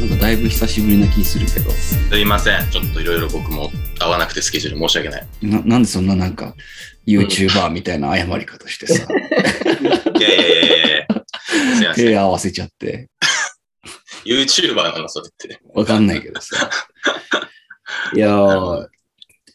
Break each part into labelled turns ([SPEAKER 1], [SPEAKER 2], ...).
[SPEAKER 1] なんかだいぶ久しぶりな気するけど。
[SPEAKER 2] すいません。ちょっといろいろ僕も合わなくてスケジュール申し訳ない。
[SPEAKER 1] ななんでそんななんか YouTuber みたいな謝り方してさ、
[SPEAKER 2] いやいやいやいやいや。すいません。
[SPEAKER 1] 手合わせちゃって、
[SPEAKER 2] YouTuber なの、それって。
[SPEAKER 1] わかんないけどさ。いやー、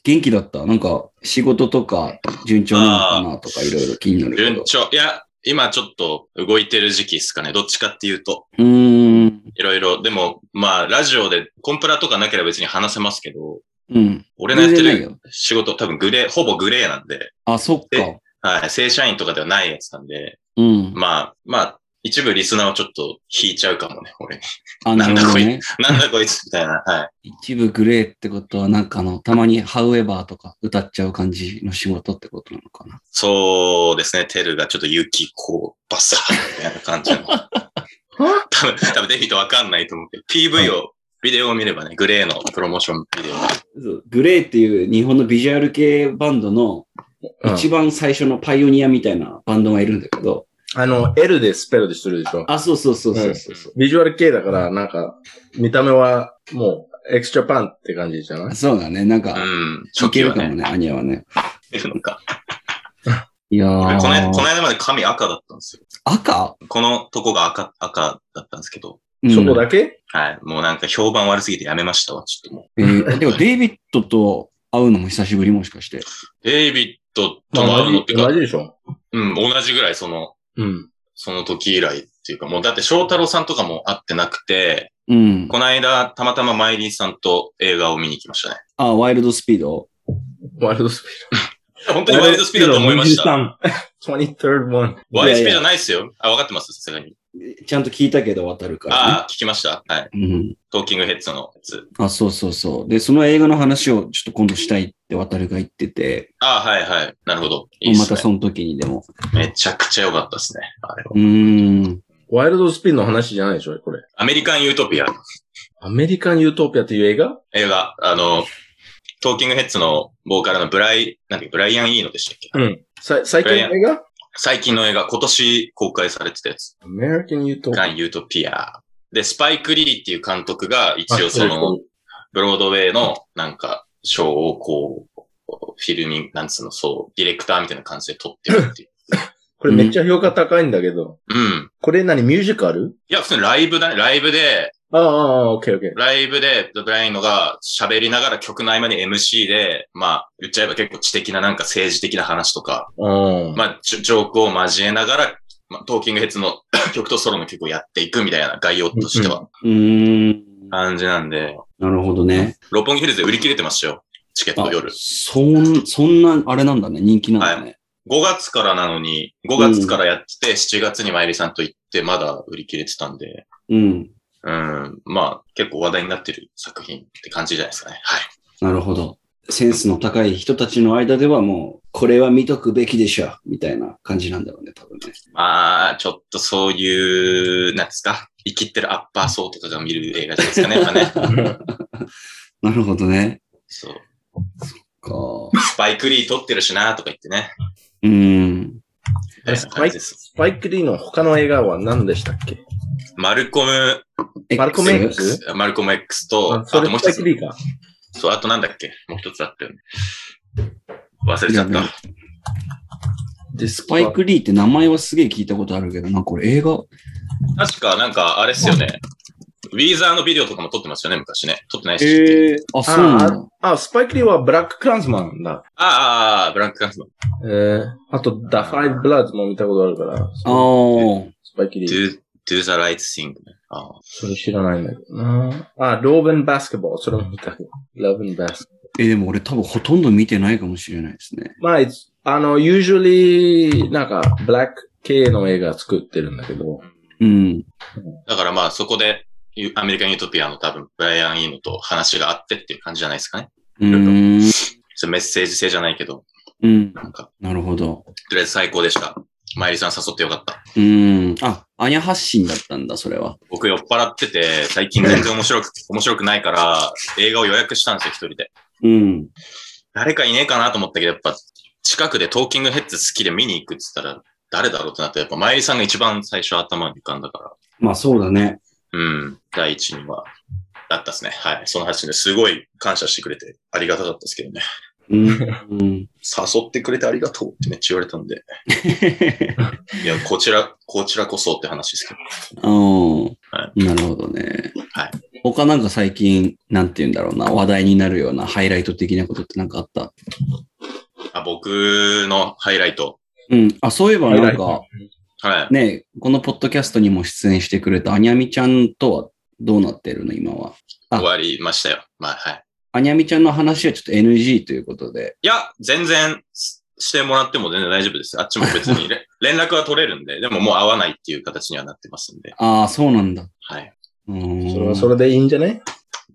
[SPEAKER 1] 元気だった。なんか仕事とか順調なのかなとかいろいろ気になるけ
[SPEAKER 2] 順
[SPEAKER 1] ど。
[SPEAKER 2] 調。いや、今ちょっと動いてる時期ですかね。どっちかっていうと。
[SPEAKER 1] うーん。
[SPEAKER 2] いろいろ。でも、まあ、ラジオでコンプラとかなければ別に話せますけど、
[SPEAKER 1] うん。
[SPEAKER 2] 俺のやって
[SPEAKER 1] 全然ない
[SPEAKER 2] る
[SPEAKER 1] よ。
[SPEAKER 2] 仕事多分グレー、ほぼグレーなんで、
[SPEAKER 1] あ、そっか
[SPEAKER 2] え。はい、正社員とかではないやつなんで、
[SPEAKER 1] うん。
[SPEAKER 2] まあ、まあ、一部リスナーをちょっと引いちゃうかもね、俺。
[SPEAKER 1] あ、
[SPEAKER 2] な
[SPEAKER 1] なんる
[SPEAKER 2] だ
[SPEAKER 1] ほど
[SPEAKER 2] こい
[SPEAKER 1] ね。
[SPEAKER 2] なんだこいつみたいな。はい。
[SPEAKER 1] 一部グレーってことは、なんかあの、たまに However とか歌っちゃう感じの仕事ってことなのかな。
[SPEAKER 2] そうですね、テルがちょっと雪、こう、バサーみたいな感じ の。多分、多分デビットわかんないと思うけど、PV を、ビデオを見ればね、グレーのプロモーションビデオ
[SPEAKER 1] そうグレーっていう日本のビジュアル系バンドの
[SPEAKER 3] うん
[SPEAKER 1] 一番最初のパイオニアみたいなバンドがいるんだけど、
[SPEAKER 3] あの、L でスペルでしてるでしょ。
[SPEAKER 1] あ、そうそうそうそうそうそう、
[SPEAKER 3] ビジュアル系だから、なんか、見た目は、もう、エクスチャパンって感じじゃない
[SPEAKER 1] そうだね、なんか、
[SPEAKER 2] うん。
[SPEAKER 1] い
[SPEAKER 2] 初
[SPEAKER 1] け
[SPEAKER 2] 期
[SPEAKER 1] る
[SPEAKER 2] は
[SPEAKER 1] かも
[SPEAKER 2] ね、
[SPEAKER 1] ね、アニアはね。
[SPEAKER 2] 出るのか。
[SPEAKER 1] いや
[SPEAKER 2] 俺この間この
[SPEAKER 1] ー、
[SPEAKER 2] 間まで髪赤だったんですよ。
[SPEAKER 1] 赤
[SPEAKER 2] このとこが赤、赤だったんですけど、
[SPEAKER 1] うん
[SPEAKER 3] そこだけ
[SPEAKER 2] はい。もうなんか評判悪すぎてやめましたわ、ちょっともう。
[SPEAKER 1] えーでもデイビッドと会うのも久しぶりもしかして。
[SPEAKER 2] デイビッドと
[SPEAKER 3] まあ
[SPEAKER 2] 会うのっ
[SPEAKER 3] 同
[SPEAKER 2] て
[SPEAKER 3] じ、
[SPEAKER 2] か
[SPEAKER 3] 同、じでしょ。
[SPEAKER 2] うん、同じぐらいその、
[SPEAKER 3] うん。
[SPEAKER 2] その時以来っていうか、もうだって翔太郎さんとかも会ってなくて、
[SPEAKER 1] うん。
[SPEAKER 2] この間、たまたまマイリーさんと映画を見に来ましたね。
[SPEAKER 1] あ、ワイルドスピード
[SPEAKER 3] ワイルドスピー
[SPEAKER 2] 本当
[SPEAKER 3] ド。
[SPEAKER 2] にワイルドスピードだと思いました。
[SPEAKER 3] 23 23rd one.
[SPEAKER 2] ワイルドスピード
[SPEAKER 1] い
[SPEAKER 2] じ
[SPEAKER 1] や
[SPEAKER 2] ゃないですよ。あ、分かってますさすがに。
[SPEAKER 1] ちゃんと聞いたけど渡るから、ね。
[SPEAKER 2] ああ、聞きました。はい。
[SPEAKER 1] うん。
[SPEAKER 2] トーキングヘッズのやつ。
[SPEAKER 1] あ、そうそうそう。で、その映画の話をちょっと今度したいって渡るが言ってて、
[SPEAKER 2] ああ、はいはい。なるほど。いいっ
[SPEAKER 1] ますた
[SPEAKER 2] ね。
[SPEAKER 1] その時にでも。
[SPEAKER 2] めちゃくちゃ良かったですね。あれは
[SPEAKER 1] うーん。
[SPEAKER 3] ワイルドスピードの話じゃないでしょ、これ。
[SPEAKER 2] アメリカン・ユートピア。
[SPEAKER 3] アメリカン・ユートピアっていう映画
[SPEAKER 2] 映画、あの、トーキングヘッズのボーカルのブライ、なんていうブライアン・イーノでしたっけ
[SPEAKER 3] うん。さ最近の映画
[SPEAKER 2] 最近の映画、今年公開されてたやつ。
[SPEAKER 3] アメリカン・ユートピ
[SPEAKER 2] ガ
[SPEAKER 3] ア。
[SPEAKER 2] ン・ユートピア。で、スパイク・リーっていう監督が一応その、ブロードウェイのなんか、ショーをこう、フィルミング、なんつうの、そう、ディレクターみたいな感じで撮ってるっていう。
[SPEAKER 3] これめっちゃ評価高いんだけど。
[SPEAKER 2] うん。
[SPEAKER 3] これ何ミュージカル
[SPEAKER 2] いや、普通にライブだね。ライブで、
[SPEAKER 3] ああ、ああ、オッケーオッケー。
[SPEAKER 2] ライブで、ブラインドが喋りながら曲の合間に MC で、まあ、言っちゃえば結構知的ななんか政治的な話とか、
[SPEAKER 3] うん。
[SPEAKER 2] まあ、ジョジョークを交えながら、まあ、トーキングヘッズの 曲とソロの曲をやっていくみたいな概要としては、
[SPEAKER 1] うーん。
[SPEAKER 2] 感じなんで、
[SPEAKER 1] なるほどね。
[SPEAKER 2] 六本木ヒルズで売り切れてましたよ。チケッ
[SPEAKER 1] あ
[SPEAKER 2] ト夜。5
[SPEAKER 1] そん、そんな、あれなんだね。人気なんだね。
[SPEAKER 2] 月からなのに、5月からやってて、7月にまゆりさんと行って、まだ売り切れてたんで、
[SPEAKER 1] うん。
[SPEAKER 2] うん、まあ、結構話題になってる作品って感じじゃないですかね。はい。
[SPEAKER 1] なるほど。センスの高い人たちの間ではもう、これは見とくべきでしょ。みたいな感じなんだろうね、多分ね。
[SPEAKER 2] まあ、ちょっとそういう、なんですか、生きってるアッパー層とかが見る映画じゃないですかね、やっぱね。
[SPEAKER 1] なるほどね。
[SPEAKER 2] そう。
[SPEAKER 1] か。
[SPEAKER 2] スパイクリー撮ってるしな、とか言ってね。
[SPEAKER 1] うーん。
[SPEAKER 3] え
[SPEAKER 2] スパイです。
[SPEAKER 3] スパイク・リーの他の映画は何でしたっけ
[SPEAKER 2] マルコム、
[SPEAKER 3] マルコム
[SPEAKER 1] X？
[SPEAKER 3] X？
[SPEAKER 2] マルコム X と、あ
[SPEAKER 3] あそ
[SPEAKER 2] と
[SPEAKER 3] れ
[SPEAKER 2] もう
[SPEAKER 3] スパ
[SPEAKER 2] 一
[SPEAKER 3] イク・
[SPEAKER 2] つ、
[SPEAKER 3] リーか。
[SPEAKER 2] そう、あとなんだっけもう一つあったよね。忘れちゃっ
[SPEAKER 1] いや
[SPEAKER 2] た
[SPEAKER 1] ね。
[SPEAKER 3] で、
[SPEAKER 1] スパイ。ク・リーって名前はすげえ聞いたことあるけど、なんかこれ映画、
[SPEAKER 2] 確か、なんか、あれっすよね。ウィーザーのビデオとかも撮ってますよね、昔ね。撮ってないし。
[SPEAKER 1] ええあ、そうなんだ。
[SPEAKER 3] あ、スパイク・リーはブラック・クランズマンだ。
[SPEAKER 2] ああああああ、ブラックカンスマン。
[SPEAKER 3] えー、あと、ダ・ファイブ・ブラッドも見たことあるから。
[SPEAKER 1] ああ。
[SPEAKER 3] スパイク・リー。
[SPEAKER 2] do, do the right thing. ああ
[SPEAKER 3] それ知らないんだけどな。あ、ローベン・バスケボール。それも見たけど。ローベン・バスケ
[SPEAKER 1] え、でも俺多分ほとんど見てないかもしれないですね。
[SPEAKER 3] まあ、it's- あの、usually、なんか、ブラック系の映画作ってるんだけど。
[SPEAKER 1] うん。
[SPEAKER 2] だからまあそこで、ゆアメリカンユートピアの多分、ブライアン・イーノと話があってっていう感じじゃないですかね。
[SPEAKER 1] うーん。
[SPEAKER 2] それメッセージ性じゃないけど、
[SPEAKER 1] うん。
[SPEAKER 2] なんか、
[SPEAKER 1] なるほど。
[SPEAKER 2] とりあえず最高でした。マイリーさん誘ってよかった。
[SPEAKER 1] うーん。あ、アニャ発信だったんだ、それは。
[SPEAKER 2] 僕酔っ払ってて、最近全然面白く、面白くないから、映画を予約したんですよ、一人で。
[SPEAKER 1] うん。
[SPEAKER 2] 誰かいねえかなと思ったけど、やっぱ、近くでトーキングヘッズ好きで見に行くって言ったら、誰だろうってなって、やっぱマイリーさんが一番最初頭に浮かんだから。
[SPEAKER 1] まあそうだね。
[SPEAKER 2] うん、第一には、だったですね。はい。その話ですごい感謝してくれてありがたかったですけどね。
[SPEAKER 1] うん。うん。
[SPEAKER 2] 誘ってくれてありがとうってめっちゃ言われたんで。いや、こちら、こちらこそって話ですけど。
[SPEAKER 1] あーなるほどね。
[SPEAKER 2] はい。
[SPEAKER 1] 他なんか最近、なんて言うんだろうな、話題になるようなハイライト的なことってなんかあった
[SPEAKER 2] あ、僕のハイライト。
[SPEAKER 1] うん。あ、そういえば
[SPEAKER 3] ハイ
[SPEAKER 1] な
[SPEAKER 3] ラ
[SPEAKER 1] ん
[SPEAKER 3] イ
[SPEAKER 1] か
[SPEAKER 3] ト、
[SPEAKER 2] はい。
[SPEAKER 1] ね、このポッドキャストにも出演してくれたアニャミちゃんとはどうなってるの今は。あ
[SPEAKER 2] 終わりましたよ。まあ、はい。
[SPEAKER 1] アニャミちゃんの話はちょっと NG ということで。
[SPEAKER 2] いや、全然ししてもらっても全然大丈夫です。あっちも別 にれ連絡は取れるんで、でももう会わないっていう形にはなってますんで。
[SPEAKER 1] ああ、そうなんだ。
[SPEAKER 2] はい。
[SPEAKER 1] うーん。
[SPEAKER 3] それはそれでいいんじゃね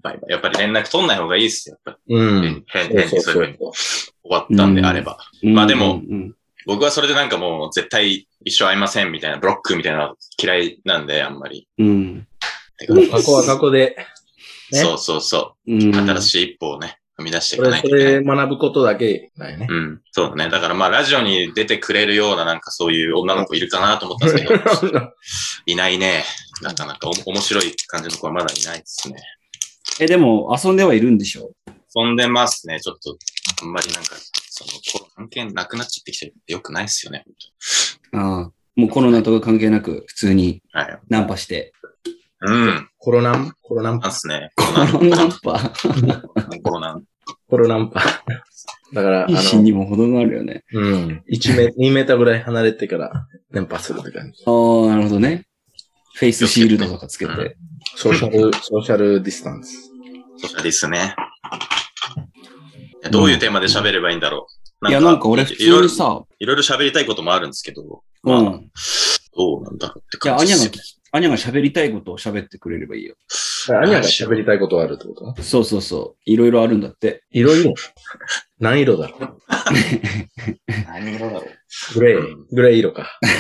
[SPEAKER 2] バイバイやっぱり連絡取んない方がいいですよ。やっぱ
[SPEAKER 3] う
[SPEAKER 2] り、
[SPEAKER 3] ん。
[SPEAKER 2] 変、
[SPEAKER 3] そう
[SPEAKER 2] 変
[SPEAKER 3] そう
[SPEAKER 2] にそう
[SPEAKER 3] そ
[SPEAKER 2] いうふう
[SPEAKER 3] う
[SPEAKER 2] に。終わったんであれば。
[SPEAKER 1] うん
[SPEAKER 2] まあでも、
[SPEAKER 1] うん
[SPEAKER 2] 僕はそれでなんかもう絶対一生会いませんみたいな、ブロックみたいなの嫌いなんで、あんまり。
[SPEAKER 1] うん。
[SPEAKER 2] てかね
[SPEAKER 3] 過去は過去で、ね
[SPEAKER 2] そうそうそ
[SPEAKER 1] うん。
[SPEAKER 2] う。新
[SPEAKER 1] い。
[SPEAKER 2] しい一歩をね、踏み出してい
[SPEAKER 3] そ
[SPEAKER 2] か
[SPEAKER 3] れ、
[SPEAKER 2] ない
[SPEAKER 3] そ
[SPEAKER 2] といけない
[SPEAKER 3] れ。学ぶことだけ だよね。
[SPEAKER 2] うん。そうだね。だからまあ、ラジオに出てくれるような、なんかそういう女の子いるかなと思ったんですけど、 いないね。なかなかお面白い感じの子はまだいないですね。
[SPEAKER 1] え、でも、遊んではいるんでしょ
[SPEAKER 2] 飛んでますね。ちょっと、あんまりなんか、その、コロナ関係なくなっちゃってきてるよくないですよね。
[SPEAKER 1] ああ。もうコロナとか関係なく、普通に
[SPEAKER 2] はい。
[SPEAKER 1] ナンパして。
[SPEAKER 2] うん。
[SPEAKER 3] コロナン、コロナン
[SPEAKER 2] な
[SPEAKER 3] パ、
[SPEAKER 2] んすね。
[SPEAKER 1] コロナナンパ。
[SPEAKER 2] コロナ。
[SPEAKER 3] コロナンパ。だから、あ
[SPEAKER 1] 一心
[SPEAKER 3] の、
[SPEAKER 1] にも程があるよね。
[SPEAKER 3] うん。1メー2メーターぐらい離れてから、連発するって感じ。
[SPEAKER 1] ああ、なるほどね。フェイスシールドとかつけ
[SPEAKER 2] う
[SPEAKER 1] て
[SPEAKER 2] ん。
[SPEAKER 3] ソーシャ ル、ソーシャルディスタンス。
[SPEAKER 2] そうですね。いやどういうテーマで喋ればいいんだろう。
[SPEAKER 1] いや、なんか俺普
[SPEAKER 2] い
[SPEAKER 1] 通
[SPEAKER 2] ろいろ
[SPEAKER 1] にさ、
[SPEAKER 2] いろいろ喋りたいこともあるんですけど、
[SPEAKER 1] う
[SPEAKER 2] まあ、
[SPEAKER 1] ん。
[SPEAKER 2] どうなんだろうって
[SPEAKER 1] じゃ
[SPEAKER 2] 感
[SPEAKER 1] あ、ア
[SPEAKER 2] じ
[SPEAKER 1] ニ
[SPEAKER 2] で
[SPEAKER 1] ャが聞
[SPEAKER 2] すよ、
[SPEAKER 1] き、アニャが喋りたいことを喋ってくれればいいよ。
[SPEAKER 3] アニアが喋りたいことはあるってこと
[SPEAKER 1] そうそうそう。いろいろあるんだって。
[SPEAKER 3] いろいろ。何色だろう
[SPEAKER 2] ね。何色だろう。
[SPEAKER 3] グレー、グレー色か。
[SPEAKER 2] イン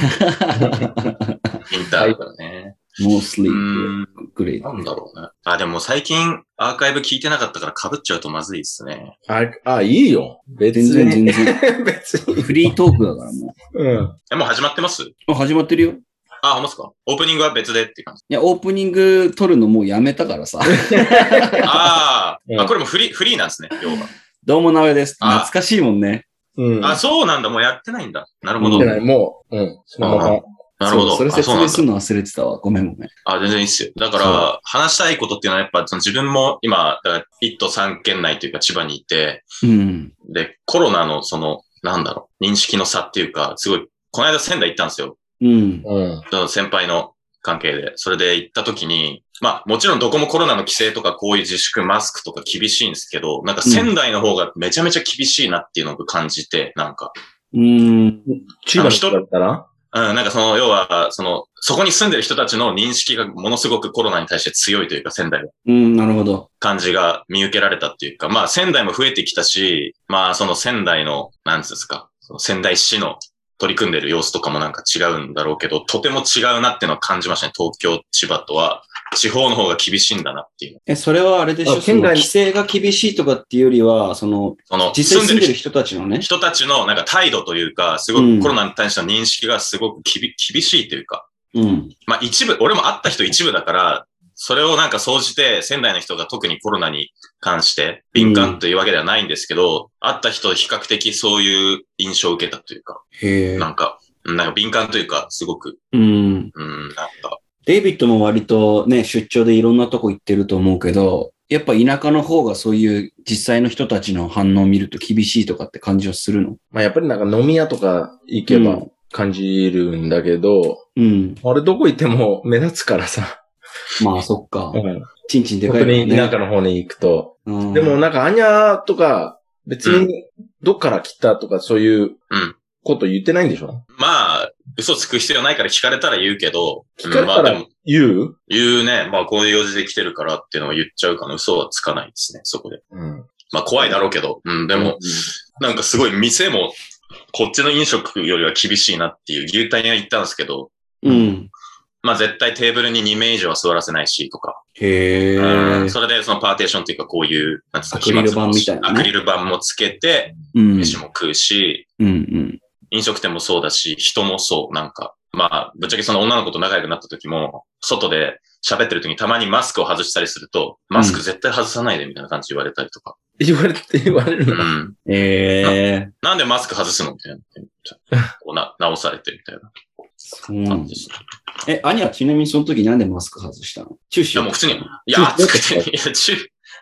[SPEAKER 2] ターだからね。
[SPEAKER 1] mostly
[SPEAKER 2] うーん、
[SPEAKER 1] great.
[SPEAKER 2] なんだろうね。あ、でも最近アーカイブ聞いてなかったから被っちゃうとまずいですね。
[SPEAKER 3] あ、あ、いいよ。別
[SPEAKER 1] 全然
[SPEAKER 3] に。
[SPEAKER 1] 全 然。
[SPEAKER 3] 別に。
[SPEAKER 1] フリートークだからも
[SPEAKER 3] うん。
[SPEAKER 2] え、もう始まってます
[SPEAKER 1] う。あ始まってるよ。い
[SPEAKER 2] あ、ほんまっすかオープニングは別でって感 じ。
[SPEAKER 1] や、オープニング撮るのもうやめたから さ。
[SPEAKER 2] あー、
[SPEAKER 3] う
[SPEAKER 2] あ、
[SPEAKER 3] ん
[SPEAKER 2] これもフリー、フリーなんですね、要は。
[SPEAKER 1] どうも、なおやです。
[SPEAKER 2] あ
[SPEAKER 1] 懐かしいもんね。
[SPEAKER 3] うん。
[SPEAKER 2] あ、そうなんだ、もうやってないんだ。なるほ
[SPEAKER 3] じ
[SPEAKER 2] ど。
[SPEAKER 3] ゃな、
[SPEAKER 2] ない
[SPEAKER 3] もう、うん。そのま
[SPEAKER 2] あ
[SPEAKER 3] ま。
[SPEAKER 2] るほど。
[SPEAKER 1] そうそれ
[SPEAKER 2] あ
[SPEAKER 1] 説
[SPEAKER 2] そうなん
[SPEAKER 1] 明
[SPEAKER 2] だ
[SPEAKER 1] するの忘れてたわ。ごめんごめん。
[SPEAKER 2] あ、全然いいっすよ。だから、話したいことっていうのはやっぱ、その自分も今、だから1都3県内というか千葉にいて、
[SPEAKER 1] うん。
[SPEAKER 2] で、コロナのその、なんだろう、認識の差っていうか、すごい、この間仙台行ったんですよ。
[SPEAKER 1] うん。
[SPEAKER 3] うん。
[SPEAKER 2] その先輩の関係で。それで行った時に、まあ、もちろんどこもコロナの規制とかこういう自粛、マスクとか厳しいんですけど、なんか仙台の方がめちゃめちゃ厳しいなっていうのを感じて、なんか、
[SPEAKER 1] うん。
[SPEAKER 3] 千葉の人だったら
[SPEAKER 2] うん、なんかその、要は、その、そこに住んでる人たちの認識がものすごくコロナに対して強いというか、仙台は
[SPEAKER 1] うん、なるほど。
[SPEAKER 2] 感じが見受けられたっていうか、まあ仙台も増えてきたし、まあその仙台の、なんつうんですか、その仙台市の取り組んでる様子とかもなんか違うんだろうけど、とても違うなっていうのは感じましたね。東京、千葉とは、地方の方が厳しいんだなっていう。
[SPEAKER 1] え、それはあれでしょ
[SPEAKER 3] あ
[SPEAKER 1] その
[SPEAKER 3] 県外
[SPEAKER 1] 規制が厳しいとかっていうよりは、その、
[SPEAKER 2] その、
[SPEAKER 1] 実際住んでる
[SPEAKER 2] 人
[SPEAKER 1] 人たちのね。
[SPEAKER 2] 人たちのなんか態度というか、すご
[SPEAKER 1] うん
[SPEAKER 2] くコロナに対しての認識がすごくきび厳しいというか、
[SPEAKER 1] うん。
[SPEAKER 2] まあ一部、俺も会った人一部だから、それをなんか総じて仙台の人が特にコロナに関して敏感というわけではないんですけど、会った人比較的そういう印象を受けたというか、
[SPEAKER 1] へえ
[SPEAKER 2] な。んか、うんなんか敏感というか、すごく、
[SPEAKER 1] うん。
[SPEAKER 2] うん、なんか、
[SPEAKER 1] デイビッドも割とね、出張でいろんなとこ行ってると思うけど、やっぱ田舎の方がそういう実際の人たちの反応を見ると厳しいとかって感じはするの
[SPEAKER 3] まあやっぱりなんか飲み屋とか行けば感じるんだけど、
[SPEAKER 1] うん。
[SPEAKER 3] あれどこ行っても目立つからさ。
[SPEAKER 1] まあそっか
[SPEAKER 3] う。ん。
[SPEAKER 1] ちんちんでかい
[SPEAKER 3] 特
[SPEAKER 1] から
[SPEAKER 3] に
[SPEAKER 1] ね。
[SPEAKER 3] 田舎の方に行くと。
[SPEAKER 1] うん
[SPEAKER 3] でもなんかアニャとか別にどっから来たとかそういう
[SPEAKER 2] うん
[SPEAKER 3] こと言ってないんでしょ
[SPEAKER 2] まあ、嘘つく必要ないから聞かれたら言うけど、
[SPEAKER 3] 聞かれ
[SPEAKER 2] うん
[SPEAKER 3] た
[SPEAKER 2] まあで
[SPEAKER 3] ら
[SPEAKER 2] も、
[SPEAKER 3] 言う
[SPEAKER 2] 言うね、まあこういう用事で来てるからっていうのを言っちゃうから、嘘はつかないですね、そこで。
[SPEAKER 3] うん。
[SPEAKER 2] まあ怖いだろうけど、うん、でも、なんかすごい店も、こっちの飲食よりは厳しいなっていう、牛タン屋行ったんですけど、
[SPEAKER 1] うん。
[SPEAKER 2] まあ絶対テーブルに2名以上は座らせないしとか。
[SPEAKER 1] へえ。
[SPEAKER 2] うんそれでそのパーテーションというかこういう、なんですか、
[SPEAKER 1] アクリル板
[SPEAKER 2] 飛沫も
[SPEAKER 1] みたいなね
[SPEAKER 2] アクリル板もつけて、
[SPEAKER 1] うん。
[SPEAKER 2] 飯も食うし、
[SPEAKER 1] うんうん。
[SPEAKER 2] 飲食店もそうだし、人もそう、なんか、まあ、ぶっちゃけその女の子と仲良くなった時も、外で喋ってる時にたまにマスクを外したりすると、マスク絶対外さないでみたいな感じで言われたりとか。
[SPEAKER 3] 言われて、言われる
[SPEAKER 2] うん
[SPEAKER 3] だ。
[SPEAKER 1] ええ
[SPEAKER 2] なんでマスク外すのみたいな。こうな直されてみたいな
[SPEAKER 1] そうなん
[SPEAKER 2] 感
[SPEAKER 1] だ
[SPEAKER 2] じです。
[SPEAKER 1] え、兄はちなみにその時なんでマスク外したの中
[SPEAKER 2] いや、
[SPEAKER 1] 止
[SPEAKER 2] もう普通に、い や、暑くて、いや、中、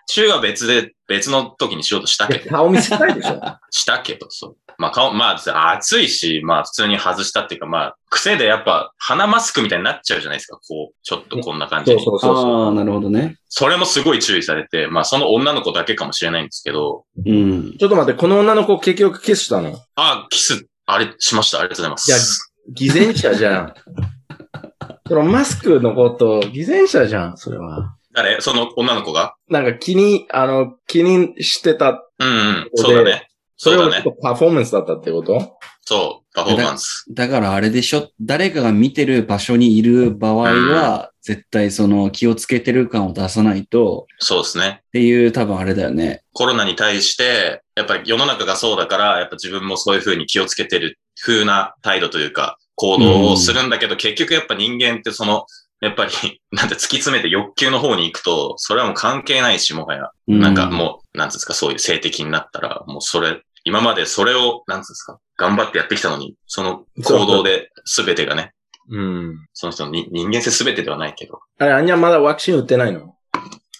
[SPEAKER 2] 中は別で、別の時にしようとしたけど、
[SPEAKER 3] 顔見せたいで しょ。
[SPEAKER 2] したけど、そう。まあ顔、まあ暑いし、まあ普通に外したっていうか、まあ癖でやっぱ鼻マスクみたいになっちゃうじゃないですか、こう、ちょっとこんな感じ
[SPEAKER 3] そう
[SPEAKER 2] に。
[SPEAKER 3] そうそうそう。
[SPEAKER 1] ああ、なるほどね。
[SPEAKER 2] それもすごい注意されて、まあその女の子だけかもしれないんですけど、
[SPEAKER 1] うん。
[SPEAKER 3] ちょっと待って、この女の子結局キスしたの。
[SPEAKER 2] あ、キス、あれ、しました、ありがとうございま
[SPEAKER 3] いや
[SPEAKER 2] す。
[SPEAKER 3] 偽善者 じゃん。そのマスクのこと、偽善者じゃん、それは。
[SPEAKER 2] 誰その女の子が
[SPEAKER 3] なんか気に、あの、気にしてた。
[SPEAKER 2] うんうん、
[SPEAKER 3] そ
[SPEAKER 2] そう
[SPEAKER 3] れで
[SPEAKER 2] だね。そ
[SPEAKER 3] それ
[SPEAKER 2] う
[SPEAKER 3] を
[SPEAKER 2] だ
[SPEAKER 3] ちょっ
[SPEAKER 2] ね
[SPEAKER 3] と。パフォーマンスだったってこと
[SPEAKER 2] そう、パフォーマンス。
[SPEAKER 1] だからあれでしょ誰かが見てる場所にいる場合は、絶対その気をつけてる感を出さないと、
[SPEAKER 2] そうですね。
[SPEAKER 1] っていう多分あれだよね。
[SPEAKER 2] コロナに対して、やっぱり世の中がそうだから、やっぱ自分もそういう風に気をつけてる風な態度というか、行動をするんだけど、結局やっぱ人間ってその、やっぱり、 なんて突き詰めて欲求の方に行くと、それはもう関係ないし、もはや。
[SPEAKER 1] う
[SPEAKER 2] なんかもう、なんつうんですか、そういう性的になったら、もうそれ、今までそれを、なんつうんですか、頑張ってやってきたのに、その行動で全てがね、
[SPEAKER 3] うん。
[SPEAKER 2] その人のに人間性全てではないけど、
[SPEAKER 3] あれ、アニャまだワクチン打ってないの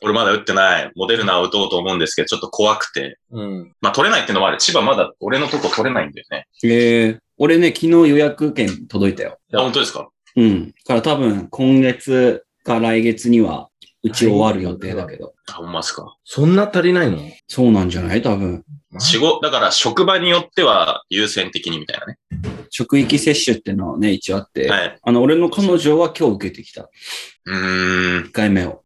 [SPEAKER 2] 俺まだ打ってない、モデルナを打とうと思うんですけど、ちょっと怖くて、
[SPEAKER 3] うん。
[SPEAKER 2] まあ取れないってのもある。千葉まだ俺のとこ取れないんだよね。
[SPEAKER 1] ええ俺ね、昨日予約券届いたよ。
[SPEAKER 2] あ、本当ですか
[SPEAKER 1] うん。から多分今月か来月には、うち終わる予定だけど。
[SPEAKER 2] あ、ほんまですか。
[SPEAKER 3] そんな足りないの
[SPEAKER 1] そうなんじゃない多分。
[SPEAKER 2] 仕事、だから職場によっては優先的にみたいなね。
[SPEAKER 1] 職域接種ってのはね、一応あって。
[SPEAKER 2] はい。
[SPEAKER 1] あの、俺の彼女は今日受けてきた。
[SPEAKER 2] うーん。
[SPEAKER 1] 1回目を。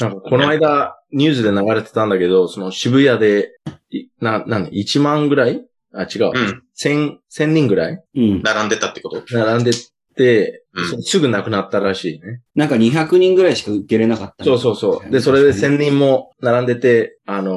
[SPEAKER 3] なんかこの間、ニュースで流れてたんだけど、その渋谷で、いな、なんで、1万ぐらいあ、違う。
[SPEAKER 2] うん。
[SPEAKER 3] 1000、1000人ぐらい
[SPEAKER 1] うん。
[SPEAKER 2] 並んでたってこと
[SPEAKER 3] 並んでて、
[SPEAKER 2] うん
[SPEAKER 3] そすぐ亡くなったらしいね。
[SPEAKER 1] なんか200人ぐらいしか受けれなかった
[SPEAKER 3] そ
[SPEAKER 1] の
[SPEAKER 3] うそうそう。で、それで1000人も並んでて、あの、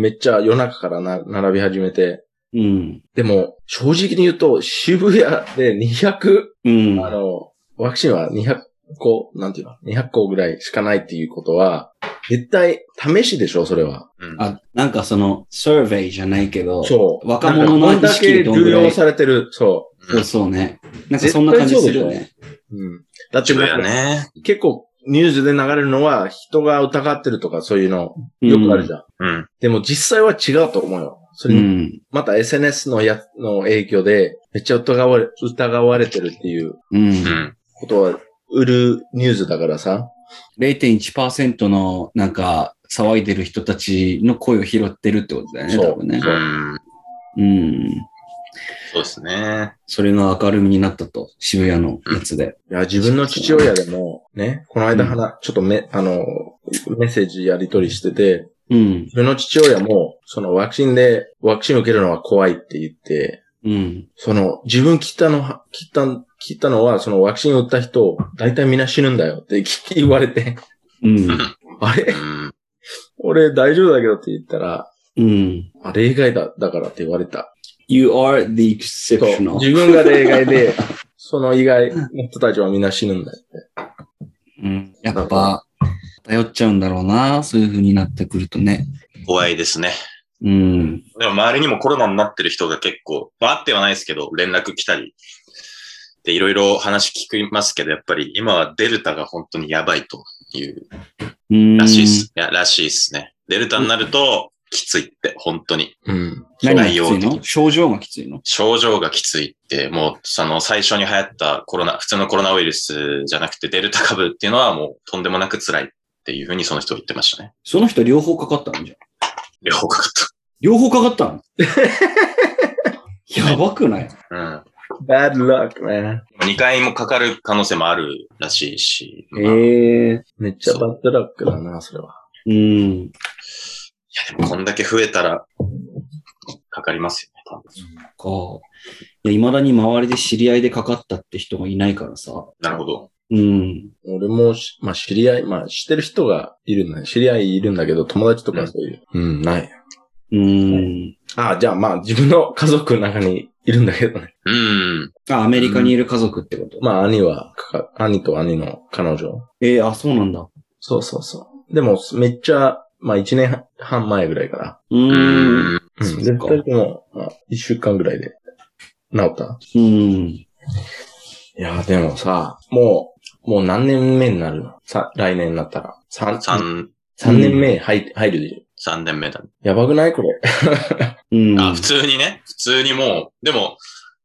[SPEAKER 3] めっちゃ夜中からな並び始めて、
[SPEAKER 1] うん。
[SPEAKER 3] でも、正直に言うと、渋谷で200、
[SPEAKER 1] うん。
[SPEAKER 3] あの、ワクチンは200個、なんていうの ?200 個ぐらいしかないっていうことは、絶対試しでしょ、それは。
[SPEAKER 2] うん。
[SPEAKER 1] あ、なんかその、サーベイじゃないけど、
[SPEAKER 3] そう。
[SPEAKER 1] 若者の
[SPEAKER 3] なんかこんだけ
[SPEAKER 1] 意識どん
[SPEAKER 3] 流
[SPEAKER 1] ぐらい
[SPEAKER 3] 用されてる。そ
[SPEAKER 1] そうそうね。なんかそんな感じするよね。
[SPEAKER 3] う。うん。だって
[SPEAKER 2] そうだよね。
[SPEAKER 3] 結構ニュースで流れるのは、人が疑ってるとかそういうの、よくあるじゃん。
[SPEAKER 2] うん。
[SPEAKER 3] でも実際は違うと思うよ。そうれに
[SPEAKER 1] ん。
[SPEAKER 3] また SNS のや、の影響で、めっちゃ疑われ、疑われてるっていう
[SPEAKER 1] う。
[SPEAKER 2] うんん。
[SPEAKER 3] ことは、売るニュースだからさ。
[SPEAKER 1] 0.1%の、なんか、騒いでる人たちの声を拾ってるってことだよね、
[SPEAKER 3] そう
[SPEAKER 1] 多分ね
[SPEAKER 2] う。ん。
[SPEAKER 1] うん。
[SPEAKER 2] そうですね。
[SPEAKER 1] それが明るみになったと、渋谷のやつで。
[SPEAKER 3] いや、自分の父親でも、ね、この間話、ちょっとめ、あの、メッセージやり取りしてて、
[SPEAKER 1] うん。
[SPEAKER 3] 自分の父親も、そのワクチンで、ワクチン受けるのは怖いって言って、
[SPEAKER 1] うん。
[SPEAKER 3] その、自分切ったのは、切った、切ったのは、そのワクチン打った人、大体みんな死ぬんだよって言われて、
[SPEAKER 1] うん。
[SPEAKER 3] あ
[SPEAKER 2] う
[SPEAKER 3] れ
[SPEAKER 2] ん。
[SPEAKER 3] 俺大丈夫だけどって言ったら、
[SPEAKER 1] うん。
[SPEAKER 3] あ、例外だ、だからって言われた。
[SPEAKER 1] You are the
[SPEAKER 3] そう。
[SPEAKER 1] exceptional.
[SPEAKER 3] 自分が例外で、 その以外の人たちはみんな死ぬんだよ。
[SPEAKER 1] うん。やっぱ、頼っちゃうんだろうな、そういう風になってくるとね。
[SPEAKER 2] 怖いですね。
[SPEAKER 1] うん。
[SPEAKER 2] でも周りにもコロナになってる人が結構、まああってはないですけど、連絡来たり。で、いろいろ話聞きますけど、やっぱり今はデルタが本当にやばいという
[SPEAKER 1] うん。
[SPEAKER 2] らしいです。いや、らしいですね。デルタになると、きついって、本当に。
[SPEAKER 3] うん。
[SPEAKER 1] 何がきつい
[SPEAKER 2] 内容
[SPEAKER 1] の症状がきついの
[SPEAKER 2] 症状がきついって、もう、その最初に流行ったコロナ、普通のコロナウイルスじゃなくてデルタ株っていうのはもうとんでもなく辛いっていうふうにその人は言ってましたね。
[SPEAKER 1] その人両方かかったんじゃん。
[SPEAKER 2] 両方かかっ
[SPEAKER 1] 両方かかった のやばくない
[SPEAKER 2] た。うん。
[SPEAKER 3] bad luck, man.
[SPEAKER 2] 2回もかかる可能性もあるらしいし、まあい
[SPEAKER 1] ええ
[SPEAKER 3] めっちゃ bad luck だな、それは。
[SPEAKER 1] うん。
[SPEAKER 2] やでもこんだけ増えたら、かかりますよね。
[SPEAKER 1] か。いや、未だに周りで知り合いでかかったって人がいないからさ。
[SPEAKER 2] なるほど。
[SPEAKER 1] うん。
[SPEAKER 3] 俺もし、まあ、知り合い、まあ、知ってる人がいるんだ知り合いいるんだけど、友達とかそういう。うん、ない。
[SPEAKER 1] うーん。
[SPEAKER 3] ああ、じゃあまあ自分の家族の中にいるんだけどね。
[SPEAKER 2] うん。
[SPEAKER 1] あ、アメリカにいる家族ってこと。
[SPEAKER 3] まあ兄は、か兄と兄の彼女。
[SPEAKER 1] えー、あ、そうなんだ。
[SPEAKER 3] そうそうそう。でも、めっちゃ、まあ一年半前ぐらいから。
[SPEAKER 1] うーん。
[SPEAKER 2] うん。
[SPEAKER 3] うん。
[SPEAKER 1] そっか
[SPEAKER 3] 絶対もう、まあ一週間ぐらいで治った。
[SPEAKER 1] うん。
[SPEAKER 3] いや、でもさ、もう、もう何年目になるのさ、来年になったら。三、
[SPEAKER 2] 三、
[SPEAKER 3] 三年目入,、入るでしょ。
[SPEAKER 2] 三年目だね。
[SPEAKER 3] やばくないこれ。
[SPEAKER 1] うん。
[SPEAKER 2] あ、普通にね。普通にもう、でも、